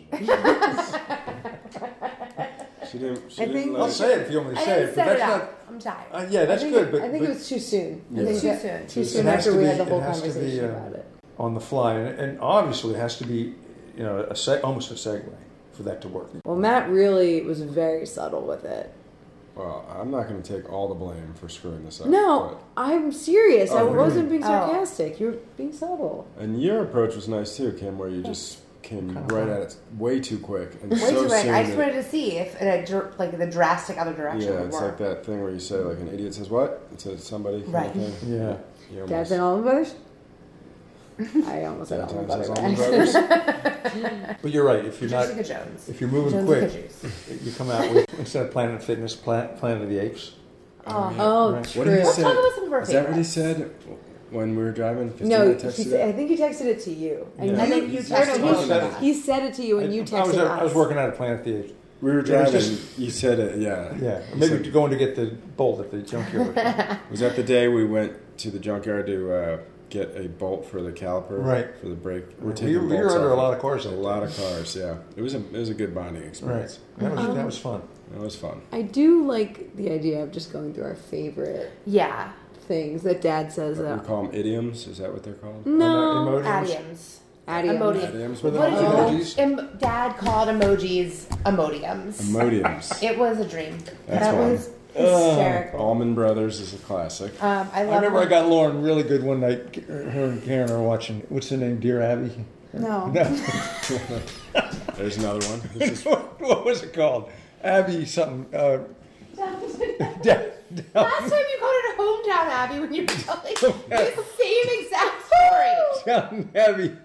She didn't. She I didn't think- let I'll it- say it if you want me to I say didn't set it, but that's it not. up. I'm tired. Uh, yeah, that's I think- good, but, I think but it was too soon. Yeah. I think Too that- soon. Too It soon has after to we be- had the it whole has to be, conversation uh, about it. on the fly, and, and obviously it has to be, you know, a seg- almost a segue for that to work. Well, Matt really was very subtle with it. Well, I'm not going to take all the blame for screwing this up. No, I'm serious. I Oh, really? wasn't being Oh. sarcastic. You're being subtle. but- and your approach was nice too, Kim, where you just came right at it way too quick and Way so too late. soon. I just that- wanted to see if it had dr- like the drastic other direction yeah, would it's like work. that thing where you say like an idiot says what to somebody. kind of Right. thing. Yeah. You almost- Dad's and Almond Brothers? I almost said Almond Sometimes has Brothers. Almond Brothers. But you're right. If you're not, Jessica Jones. if you're moving Jones quick, Juice. you come out with instead of Planet Fitness, Planet, Planet of the Apes. Oh, What did he true. say? talk about some of our Is that what he favorites. said when we were driving? 'Cause No, then I he texted said- I think you texted it to you. And And you then you That's texted what me. I said. He said it to you, and you I was, texted I us. was working out at Planet of the Apes. We were It was driving. just- you said it. Yeah. Yeah, You maybe said- going to get the bolt at the junkyard. was that the day we went to the junkyard to uh, get a bolt for the caliper? Right. For the brake. We- We're taking we were bolts under off a lot of cars A that lot of cars. Yeah. It was a it was a good bonding experience. Um, That was, that was fun. It was fun. I do like the idea of just going through our favorite Yeah. things that Dad says. What do we That, Mm. call them idioms? Is that what they're called? no, Emoji. Adiums. Adios. Emodium. Idioms. What What are did they you called? Emojis. Emojis. em- Dad called emojis emodiums. Emodiums. It was a dream. That's that one. was hysterical. Allman Brothers is a classic. Uh. um, I love. I remember I when- got Lauren really good one night. Her and Karen are watching. What's the name? Dear Abby. no. There's another one. It's just- what was it called? Abby something. Uh, da- da- Last time you called it hometown Abby when you were telling the same exact story. down Abby.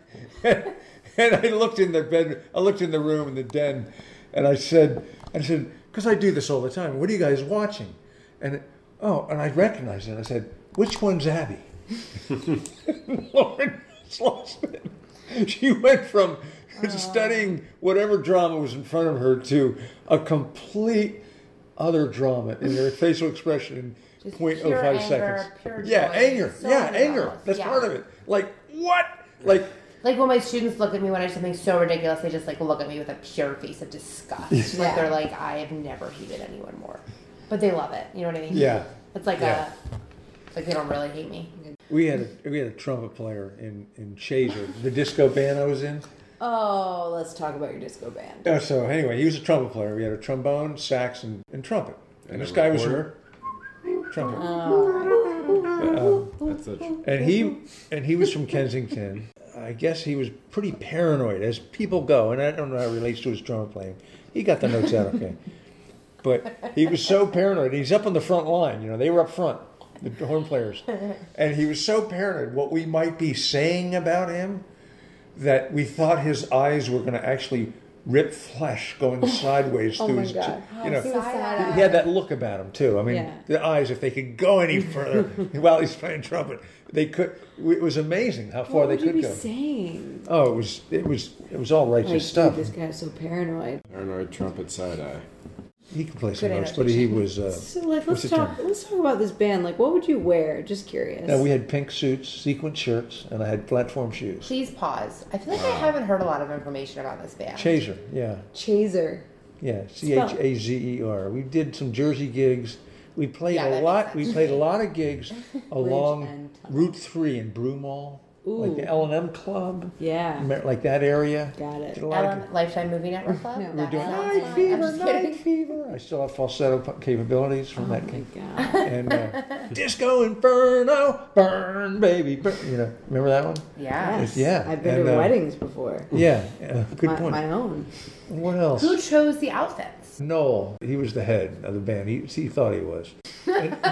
and I looked in the bed. I looked in the room in the den, and I said, I said, because I do this all the time. What are you guys watching? And oh, and I recognized it. I said, which one's Abby? Lauren just lost it. She went from studying whatever drama was in front of her to a complete other drama in her facial expression in Just point oh pure five anger, seconds. pure yeah, joy. anger. So yeah, many anger. levels. That's Yeah. part of it. Like what? Like Like when my students look at me when I do something so ridiculous, they just like look at me with a pure face of disgust. Like they're like, I have never hated anyone more, but they love it. You know what I mean? Yeah. It's like Yeah. a, like they don't really hate me. we had a we had a trumpet player in in Chaser, the disco band I was in. Oh, let's talk about your disco band. Uh, so anyway, he was a trumpet player. We had a trombone, sax, and, and trumpet. And, And this a guy recorder? was trumpet. that's the and he and he was from Kensington. I guess he was pretty paranoid as people go, and I don't know how it relates to his drummer playing. He got the notes out okay, but he was so paranoid. He's up on the front line, you know. They were up front, the horn players, and he was so paranoid what we might be saying about him that we thought his eyes were going to actually rip flesh going sideways Oh through my his, God. you know. Suicide. He had that look about him too. I mean, Uh, Yeah. the eyes—if they could go any further while he's playing trumpet, they could. It was amazing how far What they would you could be go. saying? Oh, it was it was it was all righteous Like, stuff. dude, this guy's so paranoid. paranoid trumpet side eye. He could play some Good notes, but he was. Uh, So, like, let's What's the talk. Let's talk about this band. Like, what would you wear? Just curious. now we had pink suits, sequin shirts, and I had platform shoes. Please pause. I feel like I haven't heard a lot of information about this band. Chaser, yeah, Chaser. yeah, C H A Z E R. We did some Jersey gigs. We played Yeah, that a makes lot. sense. We played a lot of gigs along and Tuck. Route Three in Broomall, like the Ooh. L and M Club. Yeah. Mer- like that area. Got it. Did a lot of Ellen, Lifetime Movie Network Club. No. That We're doing- sounds night fun. I'm fever, just kidding. night fever. I still have falsetto p- capabilities from that. Oh my game. god. And uh, disco inferno, burn baby, burn. You know, remember that one? Yeah. Yes. yeah, I've been and, to uh, weddings before. Yeah, yeah, good my, point. my own. What else? Who chose the outfits? Noel, he was the head of the band. He, he thought he was.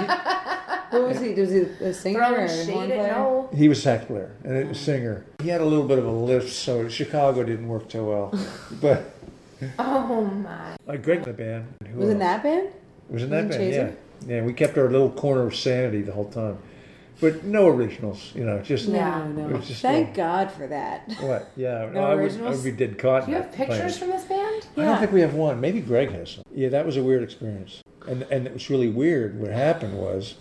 What was he? Was he a singer or Throwing a horn shade at player? no. He was sax player and a singer. He had a little bit of a lift, so Chicago didn't work so well. But Oh my. like Greg, the band. Who Was in else? that band? It was in that Was it band, yeah. Chaser? Yeah, we kept our little corner of sanity the whole time. But no originals, you know, just Yeah. No, It no. was just Thank a- God for that. what? Yeah, No I would, I originals? would be dead caught. Do you have pictures from this band? I don't Yeah. think we have one. Maybe Greg has some. Yeah, that was a weird experience. And and it was really weird. What happened was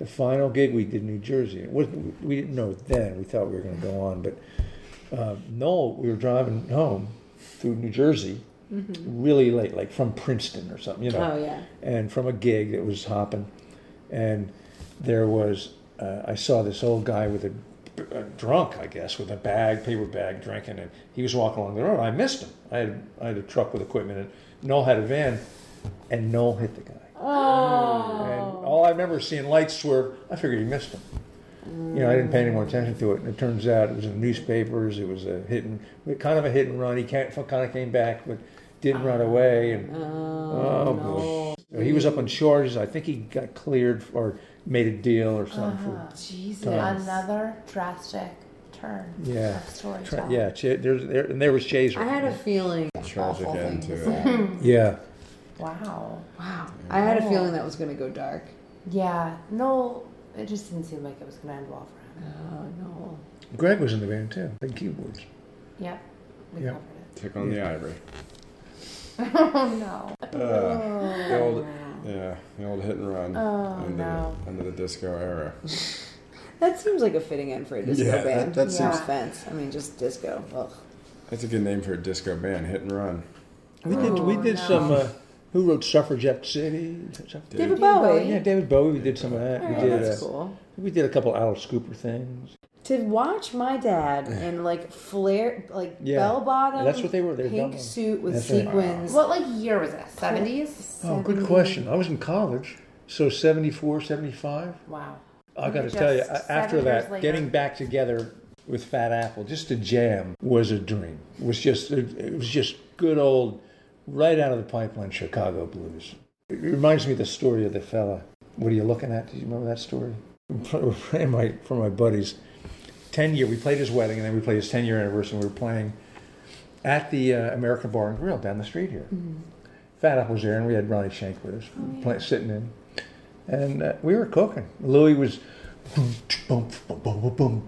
the final gig we did in New Jersey. It wasn't, we didn't know then. We thought we were going to go on, but uh, Noel, we were driving home through New Jersey, Mm-hmm. really late, like from Princeton or something, you know Oh yeah. and from a gig that was hopping, and there was uh, I saw this old guy with a, a drunk, I guess, with a bag, paper bag, drinking, and he was walking along the road. I missed him. I had I had a truck with equipment, and Noel had a van, and Noel hit the guy. Oh. And all I remember is seeing lights swerve. I figured he missed him. You know, I didn't pay any more attention to it, and it turns out it was in the newspapers. It was a hit and kind of a hit and run. He kind of came back, but didn't run away, and Oh, boy. He was up on charges. I think he got cleared or made a deal or something. Uh-huh. for- Jesus. Uh-huh. Another drastic turn. Yeah. Of Tra- storytelling. yeah, Ch- there's, there, and there was Chaser. I had a feeling. Tragic awful end things. to uh, it. yeah. Wow. Wow. I had a feeling that was going to go dark. Yeah. No, it just didn't seem like it was going to end well for him. Oh no. Greg was in the band too, playing keyboards. Yep. We Yeah. covered Tick on the ivory. Uh, it. Oh no. Uh, The old, yeah, the old hit and run. Oh, under, no. the, under the disco era. That seems like a fitting end for a disco Yeah, that- band. that no seems- offense. I mean, just disco. Ugh. That's a good name for a disco band, hit and run. Oh, We did, we did no. some, uh, Who wrote Suffragette City? David Bowie. Yeah, David Bowie. We did some of that. We Alright, did. that's uh, cool. We did a couple Alice Cooper things. To watch my dad in like flare, like Yeah. bell bottom. That's what they were. They were pink bell-bottom. suit with That's right. sequins. What like year was this? Seventies. Oh, good question. I was in college, so 74, 75. Wow. I got to Just tell you, a- after seven that, years later. getting back together with Fat Apple, just to jam, was a dream. It was just, it it was just good old, right out of the pipeline Chicago blues. It reminds me of the story of the fella. What are you looking at? Do you remember that story? For my, for my buddies, ten year. We played his wedding, and then we played his ten year anniversary. and We were playing at the uh, American Bar and Grill down the street here. Mm-hmm. Fat Apple was there, and we had Ronnie Shank with us, Oh, play, sitting in and uh, we were cooking. Louis was, and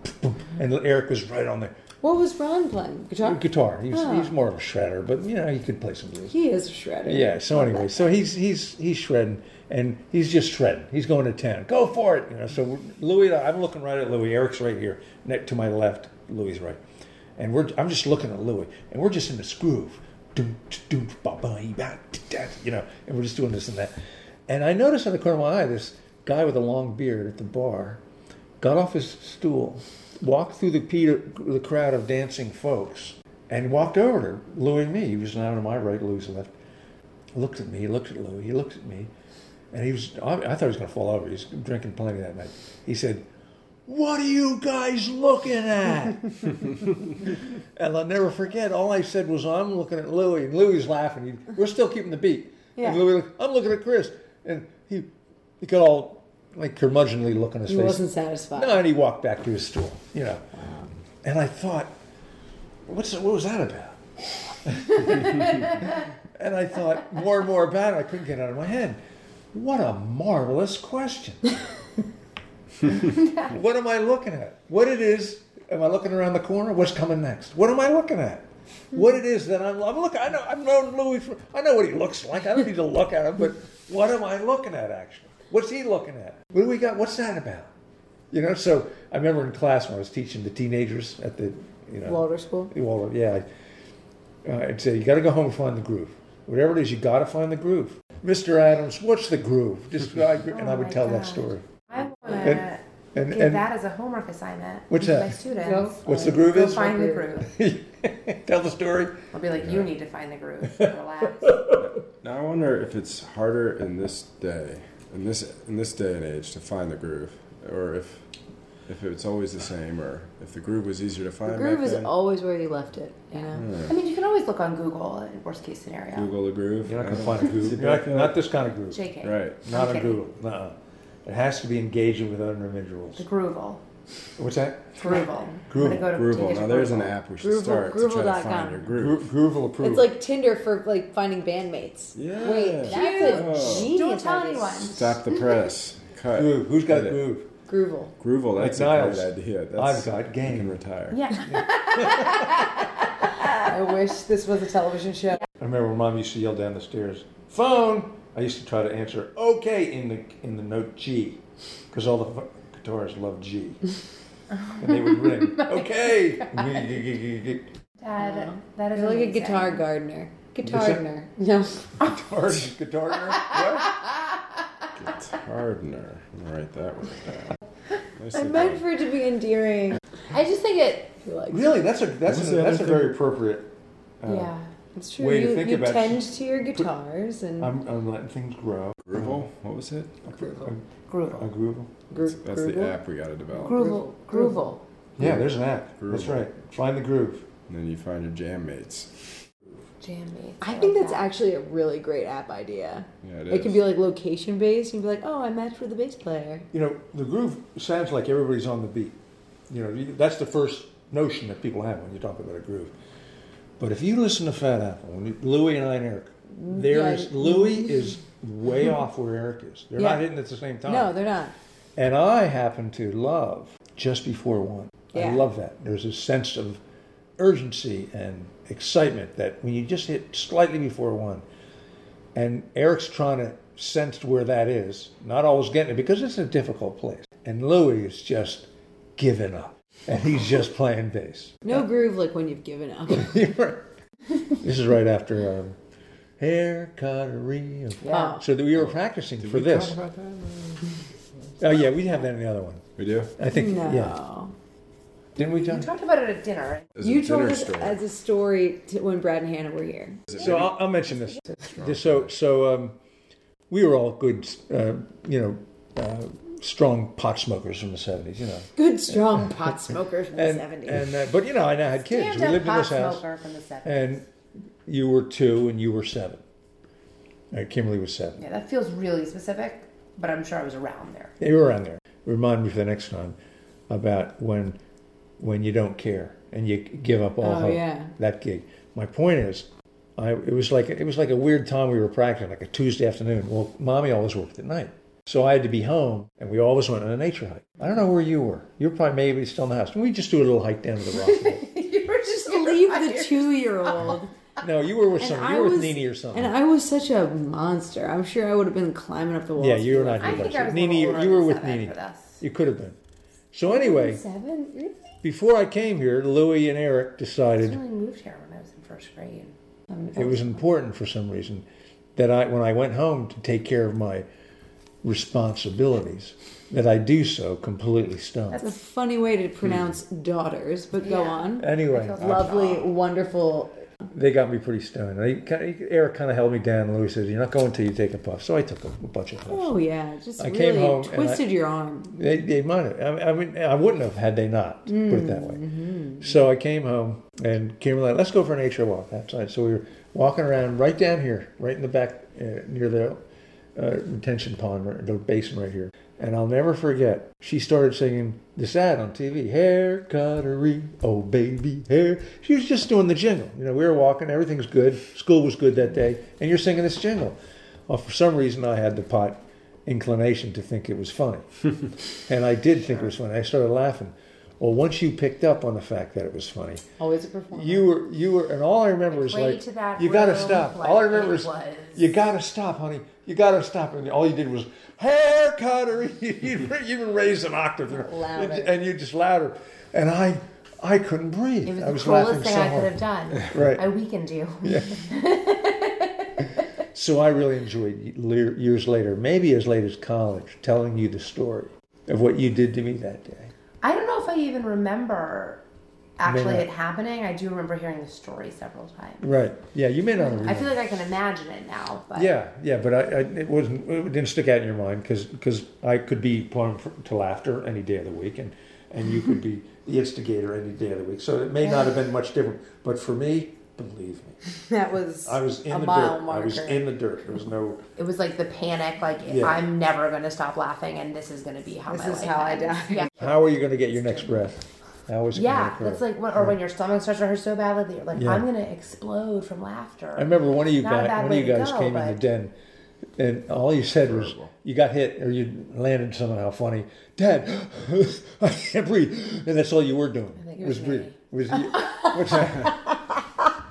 Eric was right on the What was Ron playing? Guitar. guitar. He was, Ah. he was more of a shredder, but you know he could play some blues. He is a shredder. Yeah. So anyway, so he's he's he's shredding, and he's just shredding. He's going to town. Go for it. You know. So Louis, I'm looking right at Louis. Eric's right here, next to my left. Louis is right, and we're I'm just looking at Louis, and we're just in this groove. Doom, doom, ba, ba, ee, ba, t- da, You know, and we're just doing this and that. And I noticed in the corner of my eye this guy with a long beard at the bar got off his stool, walked through the Peter, the crowd of dancing folks, and walked over to Louis and me. He was now to my right, Louis left. Looked at me, he looked at Louis, he looked at me, and he was, I, I thought he was going to fall over. He was drinking plenty that night. He said, What are you guys looking at? and I'll never forget, all I said was, I'm looking at Louis, and Louis was laughing. He, we're still keeping the beat. Yeah. And Louis, looked, I'm looking at Chris. And he, he got all like curmudgeonly look on his He face. wasn't satisfied. No, and he walked back to his stool, you know. And I thought, what's what was that about? and I thought more and more about it. I couldn't get it out of my head. What a marvelous question. what am I looking at? What it is? Am I looking around the corner? What's coming next? What am I looking at? What it is that I'm, I'm looking? I know I've known Louis. For, I know what he looks like. I don't need to look at him, but what am I looking at actually? What's he looking at? What do we got? What's that about? You know. So I remember in class when I was teaching the teenagers at the, you know, Walter School. Walter, yeah. Uh, I'd say you got to go home and find the groove. Whatever it is, you got to find the groove. Mr. Adams, what's the groove? Describe, and I Oh would my tell that gosh. story. I want And- to And give and that as a homework assignment. What's to that? My students. Go what's the groove Go is? find the groove. tell the story. I'll be like, you need to find the groove. Relax. Now I wonder if it's harder in this day, in this in this day and age, to find the groove, or if if it's always the same, or if the groove was easier to find. The groove back is then. Hmm. always where you left it. You Mm. know. I mean, you can always look on Google in worst case scenario. Google the groove. You're not I going to don't find a know. groove. See, You're back not, then- not this kind of groove. JK. Right. Not a Okay. groove. Uh-uh. It has to be engaging with other individuals. The Groovel. What's that? Groovel. Groovel. Groovel. Now there's an app we should Groovel- start to try to Groovel.com. find your Gro- groove. groove will approve. It's like Tinder for like finding bandmates. Yeah. Wait, that's a Cute. genius. Don't tell idea. anyone. Stop the press. Cut. groove. Who's got Cut a it. groove? Groovel. Groovel. That's Niles. a great idea. I've That's, got You can game. retire. Yeah. I wish this was a television show. I remember when Mom used to yell down the stairs, "Phone!" I used to try to answer "Okay" in the in the note G, because all the fu- guitarists love G, and they would ring "Okay." Dad, that You're is like a amazing. guitar gardener. that- Guitarner. No. guitar guitar. What? Hardener. I'm gonna write that word down. I Nicely meant done. for it to be endearing. I just think it. He likes it. Really, that's a that's What's a, the other that's a thing? very appropriate. uh, yeah. It's true. way to you think you about it. tend to your guitars and I'm, I'm letting things grow. Groovel. What was it? A Groovel. groove. gr- That's, that's the Groovel. app we got to develop. Groovel. Groovel. Yeah, there's an app. Groove. That's right. Find the groove. And then you find your jam mates. Jam mates. I think like that's actually a really great app idea. Yeah, it is. It can be like location based. You'd be like, oh, I matched with a bass player. You know, the groove sounds like everybody's on the beat. You know, you- that's the first notion that people have when you talk about a groove. But if you listen to Fat Apple, when Louis and I and Eric, there's Yeah. Louis is way off where Eric is. They're Yeah. not hitting at the same time. No, they're not. and I happen to love just before one. Yeah. I love that. There's a sense of urgency and excitement that when you just hit slightly before one, and Eric's trying to sense where that is, not always getting it because it's a difficult place. And Louis is just giving up, and he's just playing bass. No groove like when you've given up. this is right after um, Haircuttery. of-" Yeah. So that we were practicing for this. Oh yeah, we have that in the other one. We do. I think. no. Yeah. Didn't we, We John? talked about it at dinner. As You a told dinner us story. as a story to when Brad and Hannah were here. Is it So maybe- I'll, I'll mention this. So so um, we were all good, uh, you know, uh, strong pot smokers from the seventies. You know, Good, strong pot smokers from and the 70s. and uh, but you know, and I had kids. Stand we up lived in pot this house, smoker from the 70s. and you were two, and you were seven. Uh, Kimberly was seven. yeah, that feels really specific, but I'm sure I was around there. Yeah, you were on there. Remind me for the next time about when when you don't care and you give up all Oh, hope. yeah. That gig. My point is, I it was like it was like a weird time we were practicing, like a Tuesday afternoon. Well, mommy always worked at night, so I had to be home, and we always went on a nature hike. I don't know where you were. You're probably maybe still in the house. We just do a little hike down to the rock. wall. you were just Leave the tired. two-year-old. no, you were with And some. I You were with was- Nini or something. And I was such a monster. I'm sure I would have been climbing up the wall. yeah, you were not. I here by think I yourself. was Nini, you- you were with me Nini. for this. You could have been. So anyway, Seven? Really? before I came here, Louie and Eric I decided really moved here when I was in first grade. it was important for some reason that I, when I went home to take care of my responsibilities, that I do so completely stoned. That's a funny way to pronounce daughters, but go on. Anyway, Feels Lovely, uh, wonderful. they got me pretty stoned. They kinda, Eric kind of held me down. and Louis said, "You're not going till you take a puff." So I took a, a bunch of puffs. Oh yeah, just I really came home and I- twisted your arm. They, they might have. I, I mean, I wouldn't have had they not put it Hmm. that way. Mm-hmm. So I came home and Kimberly, like, let's go for an nature walk outside. So we were walking around right down here, right in the back uh, near the uh, retention pond, or the basin right here. And I'll never forget, she started singing this ad on TV, haircuttery, oh baby, hair. She was just doing the jingle. You know, we were walking, everything's good, school was good that day, and you're singing this jingle. Well, for some reason, I had the pot inclination to think it was funny. and I did think it was funny. I started laughing. Well, once you picked up on the fact that it was funny, Always a performer. you were you were, and all I remember is Way like, to that you gotta room, stop. like all I remember it is was. you gotta stop, honey. You gotta stop. And all you did was haircuttery. you even raised an octave, you know, Louder. and you just louder. And I, I couldn't breathe. It was I was the cruelest laughing thing so I could have hard. done. Right. I weakened you. So I really enjoyed le- years later, maybe as late as college, telling you the story of what you did to me that day. I don't know if I even remember actually it Maybe. happening. I do remember hearing the story several times. Right? Yeah, you may not remember. I feel like I can imagine it now, but Yeah, yeah, but I, I it wasn't it didn't stick out in your mind because I could be prone for, to laughter any day of the week, and and you could be the instigator any day of the week. So it may not have been much different, but for me, believe me, that was I was in a the mile dirt. marker. I was in the dirt. There was no it was like the panic, like Yeah. I'm never going to stop laughing, and this is going to be how this my is life how I ends. die. Yeah, how are you going to get your next breath? How is it yeah. going to That's like when, or when your stomach starts to hurt so badly that you're like, Yeah. I'm going to explode from laughter. I remember one of you Not a bad guys, one of way you to guys go, came in the but- den, and all you said was you got hit or you landed somehow funny. Dad, I can't breathe, and that's all you were doing think it was was me. breathing. Was you, what's that?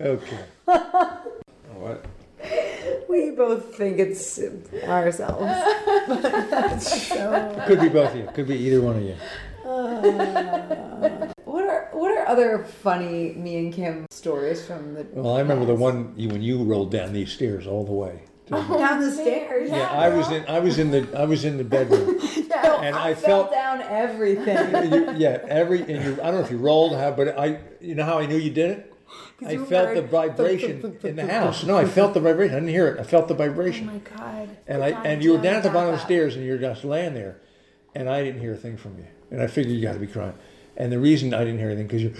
okay. What? We both think it's ourselves. Could be both of you. Could be either one of you. Uh, What are what are other funny me and Kim stories from the Well, I remember the one you, when you rolled down these stairs all the way. down the stairs? Yeah, I was in. I was in the. I was in the bedroom. No, And I, I fell felt- down everything. You- yeah, every. And you, I don't know if you rolled, how, but I. You know how I knew you did it. I you felt heard the vibration in the house. No, I felt the vibration. I didn't hear it. I felt the oh vibration. my god. And I and you were down at the bottom of the stairs, and you were just laying there, and I didn't hear a thing from you. And I figured you got to be crying. And the reason I didn't hear anything because you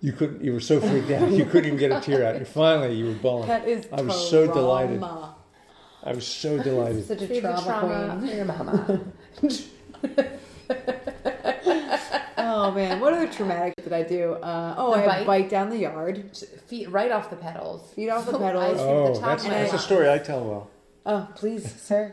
you couldn't you were so freaked out you couldn't even get a tear out. And finally, you were bawling. That is I was so trauma. delighted. I was so delighted. Such a trauma, queen. Your mama. Oh man, what other traumatic did I do? Uh, oh, The I bike? bike down the yard. Feet right off the pedals. Feet off the pedals. I see Oh, the top that's of my that's a mouth. story I tell well. Oh, please, sir.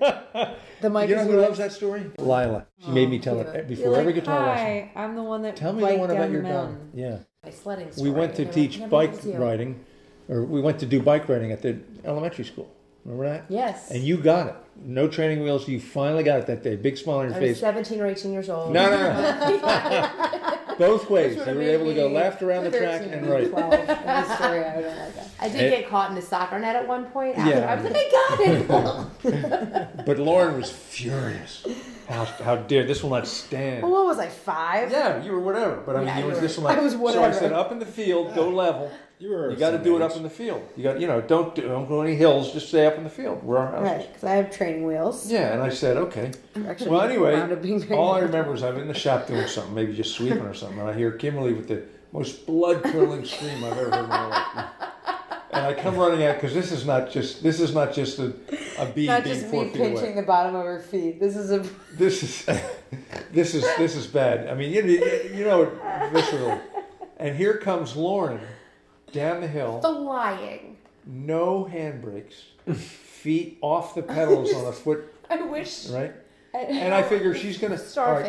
The mic You is know who yours. loves that story? Lila. She made me tell it You're before like, every guitar lesson. Hi, I'm the one that Tell me biked the one down about your the dog. mountain. Yeah. my sledding we went to story. teach Never bike mind, it's you. riding, or we went to do bike riding at the elementary school. Remember that? Yes. And you got it. No training wheels. You finally got it that day. Big smile on your I was face. 17 or 18 years old. No, no, no. both ways. This They would've were made able to go me left around the track 13 and or right. 12 in the story. I don't like that. I did It- get caught in the soccer net at one point. Yeah. I was like, I got it. But Lauren was furious. How, how dare this will not stand. Well, what was I five? Yeah, you were whatever. But I mean, Yeah, you you were were- just like I was So I whatever. said, up in the field, go level. You were. You got to do it up in the field. You got, you know, don't do, don't go any hills. Just stay up in the field. We're our house. Right, because I have training wheels. Yeah, and I said, okay. Actually, Well, rounded being anyway, very all I remember is I'm in the shop doing something, maybe just sweeping or something, and I hear Kimberly with the most blood curdling scream I've ever heard in my life. And I come running out because this is not just this is not just a, a bee Not being just four me feet pinching away. the bottom of her feet. This is a. This is this is this is bad. I mean, you, you know, visceral. And here comes Lauren down the hill. the lying. no handbrakes, feet off the pedals on a foot, I wish. right? And I figure she's gonna all right,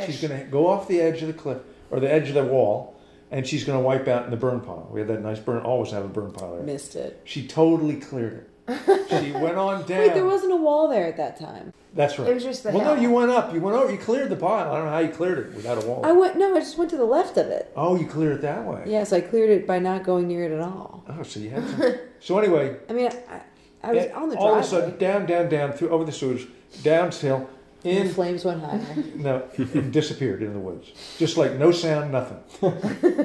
she's Starfish. gonna go off the edge of the cliff or the edge of the wall, and she's gonna wipe out in the burn pile. We had that nice burn. Always have a burn pile there. Missed it. She totally cleared it. She went on down. Wait, there wasn't a wall there at that time. That's right. it was just the well, no, hill. you went up. You went over. You cleared the pile. I don't know how you cleared it without a wall. I went. No, I just went to the left of it. oh, you cleared it that way. Yes, I cleared it by not going near it at all. Oh, so you had. Some. so anyway, I mean, I, I was yeah, on the driveway. all of a sudden, down, down, down, through over the sewers, downhill, and in the flames went higher. No, it disappeared into the woods. Just like no sound, nothing.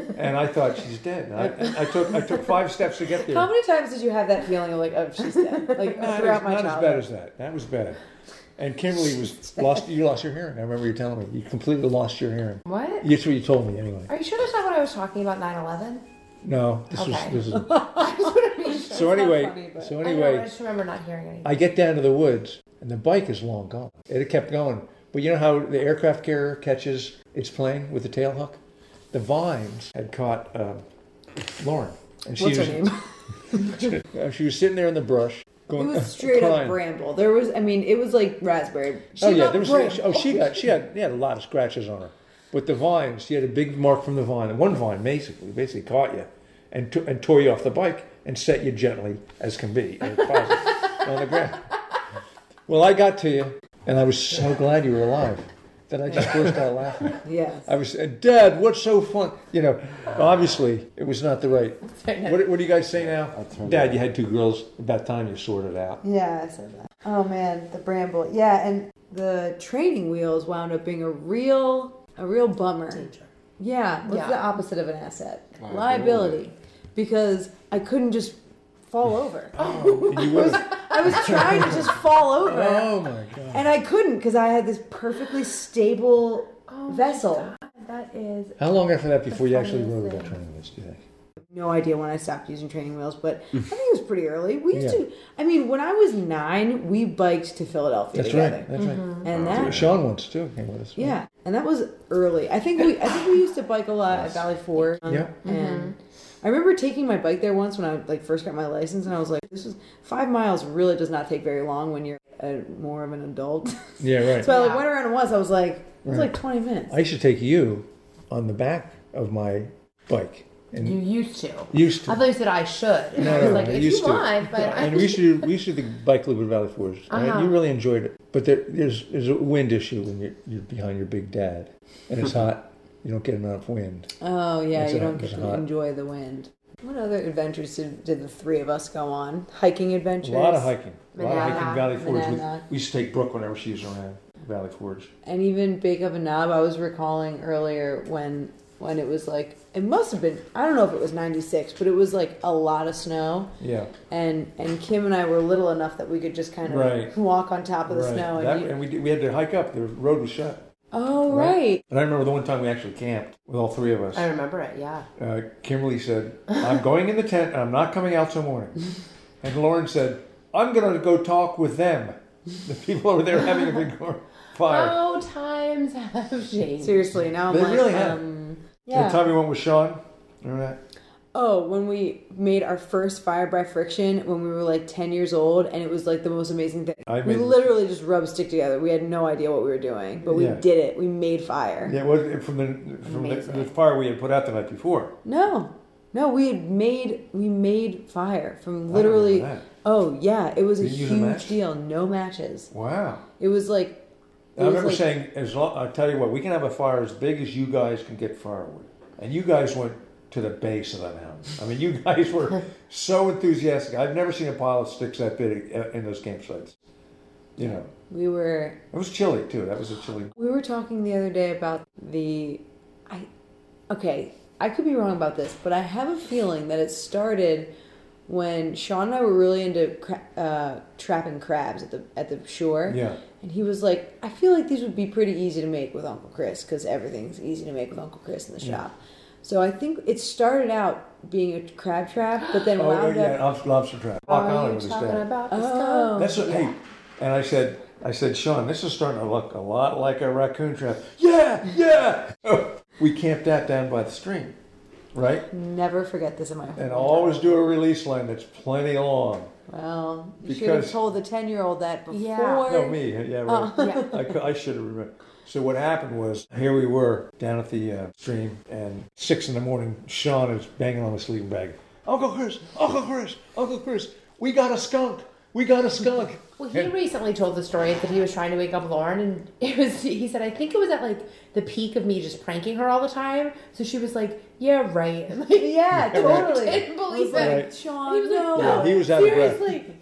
and I thought she's dead. And I, and I took I took five steps to get there. How many times did you have that feeling of like, oh, she's dead? Like not as, throughout my not as bad childhood. as that. That was bad. And Kimberly was lost. You lost your hearing. I remember you telling me you completely lost your hearing. What? That's what you told me anyway. Are you sure that's not what I was talking about 9 11? No, this Okay. was this is. I So anyway, funny, but- so know, I anyway, just remember not hearing anything. I get down to the woods, and the bike is long gone. It had kept going, but you know how the aircraft carrier catches its plane with the tail hook? The vines had caught um, Lauren, and she What's her was name? uh, she was sitting there in the brush, It going was straight up crying. bramble. There was, I mean, it was like raspberry. She Oh yeah, got there was bramble. oh she got she had she had a lot of scratches on her, but the vines she had a big mark from the vine. One vine basically basically caught you, and t- and tore you off the bike and set you gently as can be in a closet on the ground. Well, I got to you, and I was so glad you were alive that I just burst out laughing. Yes. I was, and Dad, what's so fun? You know, obviously it was not the right. What, what do you guys say now? turned Dad, you had two girls. About time you sorted out. Yeah, I said that. Oh man, the bramble. Yeah, and the training wheels wound up being a real, a real bummer. Yeah, what's Yeah. the opposite of an asset? Liability. Liability. Because I couldn't just fall over. And you would. I was trying to just fall over, Oh my God. and I couldn't because I had this perfectly stable vessel. Oh That is. How long after that before you actually rode that training list, do you think? no idea when I stopped using training wheels, but I think it was pretty early. We used Yeah. to, I mean, when I was nine, we biked to Philadelphia That's together. right. That's right. And that, Sean once too came with us. Mm-hmm. yeah, and that was early. I think we, I think we used to bike a lot at Valley Forge. um, Yeah. Mm-hmm. And I remember taking my bike there once when I like first got my license, and I was like, this is five miles really does not take very long when you're a, more of an adult. Yeah, right. so I like Yeah. went around once. I was like, it was like twenty minutes. I used to take you on the back of my bike. And You used to. used I to. thought you said I should. And I was like, I if used you to. want, but I. And we used to do, we used to do the bike loop at Valley Forge. Right? Uh-huh. You really enjoyed it, but there, there's there's a wind issue when you're, you're behind your big dad, and it's hot. You don't get enough wind. Oh yeah, It's you a- don't get it's to hot. enjoy the wind. What other adventures did, did the three of us go on? Hiking A adventures. lot of hiking. A lot of Manana, hiking Valley Forge. with- Manana. We used to take Brooke whenever she was around Valley Forge. And even Bake of a Knob, I was recalling earlier when when it was like it must have been I don't know if it was ninety six, but it was like a lot of snow. Yeah. And and Kim and I were little enough that we could just kind of Right. walk on top of the Right. snow. And That- you- and we, did, we had to hike up. The road was shut. oh Right. right. And I remember the one time we actually camped with all three of us. I remember it, yeah. Uh, Kimberly said, "I'm going in the tent and I'm not coming out till morning." And Lauren said, "I'm going to go talk with them, the people over there having a big gor- Oh, fire." How times have changed. Seriously, now I'm They like really have. um The yeah. time we went with Sean, remember that? Oh, when we made our first fire by friction when we were like 10 years old, and it was like the most amazing thing. I we made- literally just rubbed stick together. We had no idea what we were doing, but we Yeah. did it. We made fire. Yeah, it was from the from the, the fire we had put out the night before. No, no, we had made we made fire from literally. remember that. Oh yeah, it was a Did you use a match? huge deal. No matches. Wow. It was like. it I was remember like- saying, "As long, I tell you what, we can have a fire as big as you guys can get firewood." and you guys went to the base of the mountain. I mean, you guys were so enthusiastic. I've never seen a pile of sticks that big uh, in those campsites. You know, We were it was chilly too. That was a chilly. we were talking the other day about the I okay, I could be wrong about this, but I have a feeling that it started when Sean and I were really into cra- uh, trapping crabs at the at the shore. Yeah. And he was like, I feel like these would be pretty easy to make with Uncle Chris because everything's easy to make with Uncle Chris in the shop. So I think it started out being a crab trap, but then Oh wound yeah, up. lobster, lobster trap. Rock Island was talking that. about this Oh, That's what, hey, and I said, I said, Sean, this is starting to look a lot like a raccoon trap. Yeah, yeah. So we camped that down by the stream, right? never forget this in my And life. always do a release line that's plenty long. Well, you should have Because- told the ten-year-old that before. Yeah. No, me. Yeah, right. Uh-huh. I, cou- I should have remembered. So what happened was, here we were down at the uh, stream, and six in the morning, Sean is banging on the sleeping bag. Uncle Chris, Uncle Chris, Uncle Chris, we got a skunk. We got a skunk. Well, he recently told the story that he was trying to wake up Lauren, and it was. He said, "I think it was at like the peak of me just pranking her all the time." So she was like, "Yeah, right." Like, Yeah, totally. Didn't believe I was it. like, Sean, He was no. like, Yeah, Oh, "No, he was out of breath. seriously."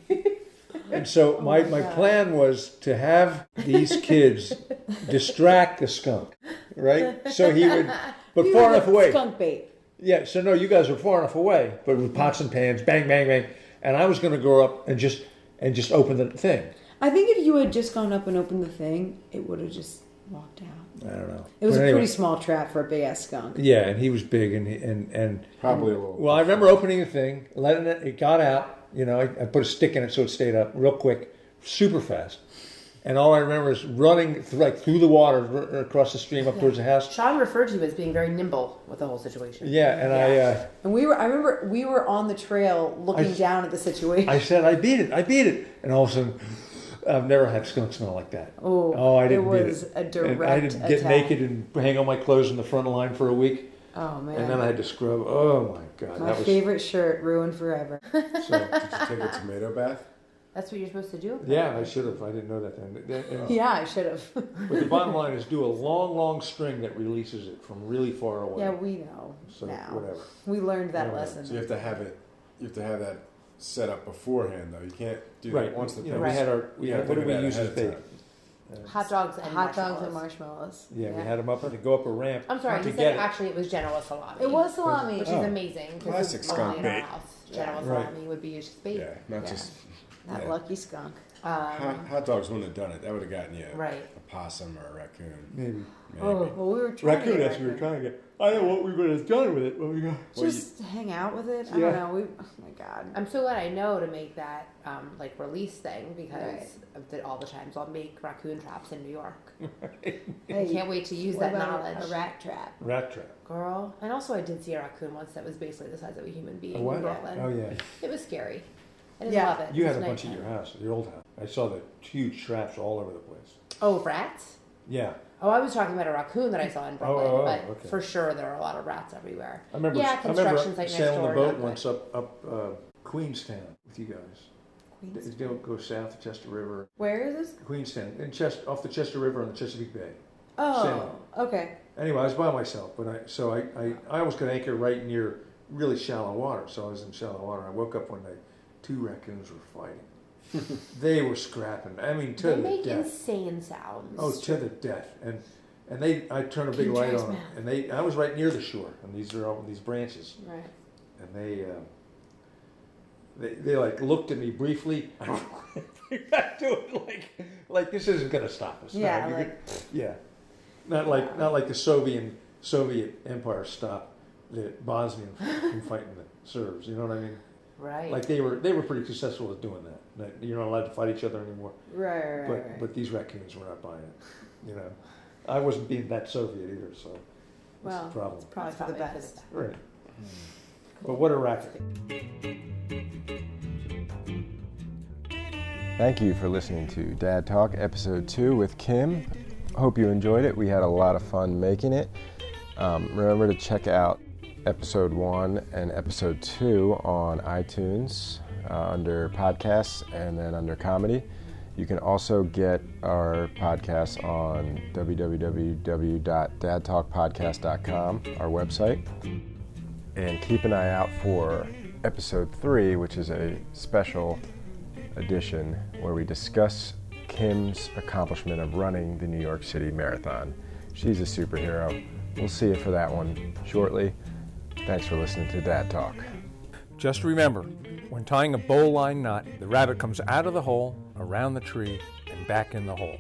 And so Oh my, my plan was to have these kids distract the skunk, right? So he would, but We far were enough like away. Skunk bait. Yeah, so no, you guys were far enough away, but with pots and pans, bang, bang, bang. And I was going to go up and just and just open the thing. I think if you had just gone up and opened the thing, it would have just walked out. I don't know. It was a But anyway. pretty small trap for a big ass skunk. Yeah, and he was big, and he, and and Probably a little. well, I remember opening the thing, letting it. It got out. You know, I, I put a stick in it so it stayed up real quick, super fast. And all I remember is running th- like through the water r- r- across the stream up towards the house. Sean referred to him as being very nimble with the whole situation. Yeah, and uh, And we were, I remember we were on the trail looking I- down at the situation. I uh, I said I beat it, I beat it, and all of a sudden. I've never had skunk smell like that. Oh, oh I it didn't beat was it. a And I direct didn't get attack. naked and hang all my clothes in the front line for a week, oh, man. and then I had to scrub. Oh my god, My that was favorite shirt ruined forever. So, did you take a tomato bath? That's what you're supposed to do. yeah. I should have. I didn't know that then. Yeah. yeah, I should have. But the bottom line is do a long, long string that releases it from really far away. yeah, we know So, now. whatever. We learned that Whatever. lesson. So you have to have it. You have to have that set up beforehand, though. You can't do right. that once the you know, thing's- we had our. We you gotta had, what think did we about it use ahead as of bait? time. Hot dogs and Hot dogs and marshmallows. marshmallows. Yeah, we had them up and to go up a ramp. I'm sorry, to he said get actually it was Genoa salami. It was salami. which is amazing. 'cause Classic it's only skunk in our bait. house. Genoa oh, Right. salami would be just bait. Yeah, not just that yeah. lucky skunk. hot, hot dogs wouldn't have done it. That would have gotten you a, um, Right. a possum or a raccoon. Maybe. Maybe. Oh, well, we were trying to Raccoon, get that's what we were trying to get. I don't know what we would have done with it. What we got. Well, you- Just hang out with it. I Yeah. don't know. We, oh my god. I'm so glad I know to make that um, like release thing because Right. of the, all the times I'll make raccoon traps in New York. I Hey, can't wait to use what that about knowledge, A rat trap. Rat trap. girl. And also, I did see a raccoon once that was basically the size of a human being. in Brooklyn. Oh, yeah. It was scary. I didn't Yeah. love it. You It had a was bunch at your nighttime. house, the old house. I saw the huge traps all over the place. Oh, rats. Yeah. Oh, I was talking about a raccoon that I saw in Brooklyn, oh, but okay. for sure there are a lot of rats everywhere. I remember, yeah, I remember construction site next sailing door. the boat not good. once up, up uh, Queenstown with you guys. Queens. They don't go south of Chester River. Where is this? Queenstown, in Chest, off the Chester River on the Chesapeake Bay. Oh, Salem. okay. Anyway, I was by myself, but I so I I, I almost got anchor right near really shallow water, so I was in shallow water. I woke up one day, two raccoons were fighting. they were scrapping. I mean, to They the make death. insane sounds. Oh, to the death. And and they, I turned a big you light trust on, me? them, and they, I was right near the shore, and these are all these branches, Right. and they. Uh, they, they like looked at me briefly. they back to it like like this isn't gonna stop us. No, Yeah, you could- like yeah, not like not like the Soviet Soviet Empire stopped the Bosnians from fighting the Serbs. You know what I mean? right. Like they were they were pretty successful at doing that. That you're not allowed to fight each other anymore. right, right, But right. right. but these raccoons were not buying it. You know, I wasn't being that Soviet either, so that's well, the problem. it's probably for the Probably for best. Right. Hmm. But what a racket! Thank you for listening to Dad Talk Episode 2 with Kim. Hope you enjoyed it. We had a lot of fun making it. Um, remember to check out Episode 1 and Episode 2 on iTunes uh, under podcasts and then under comedy. You can also get our podcast on www.dadtalkpodcast.com, our website. And keep an eye out for episode three, which is a special edition where we discuss Kim's accomplishment of running the New York City Marathon. She's a superhero. We'll see you for that one shortly. Thanks for listening to Dad Talk. Just remember, when tying a bowline knot, the rabbit comes out of the hole, around the tree, and back in the hole.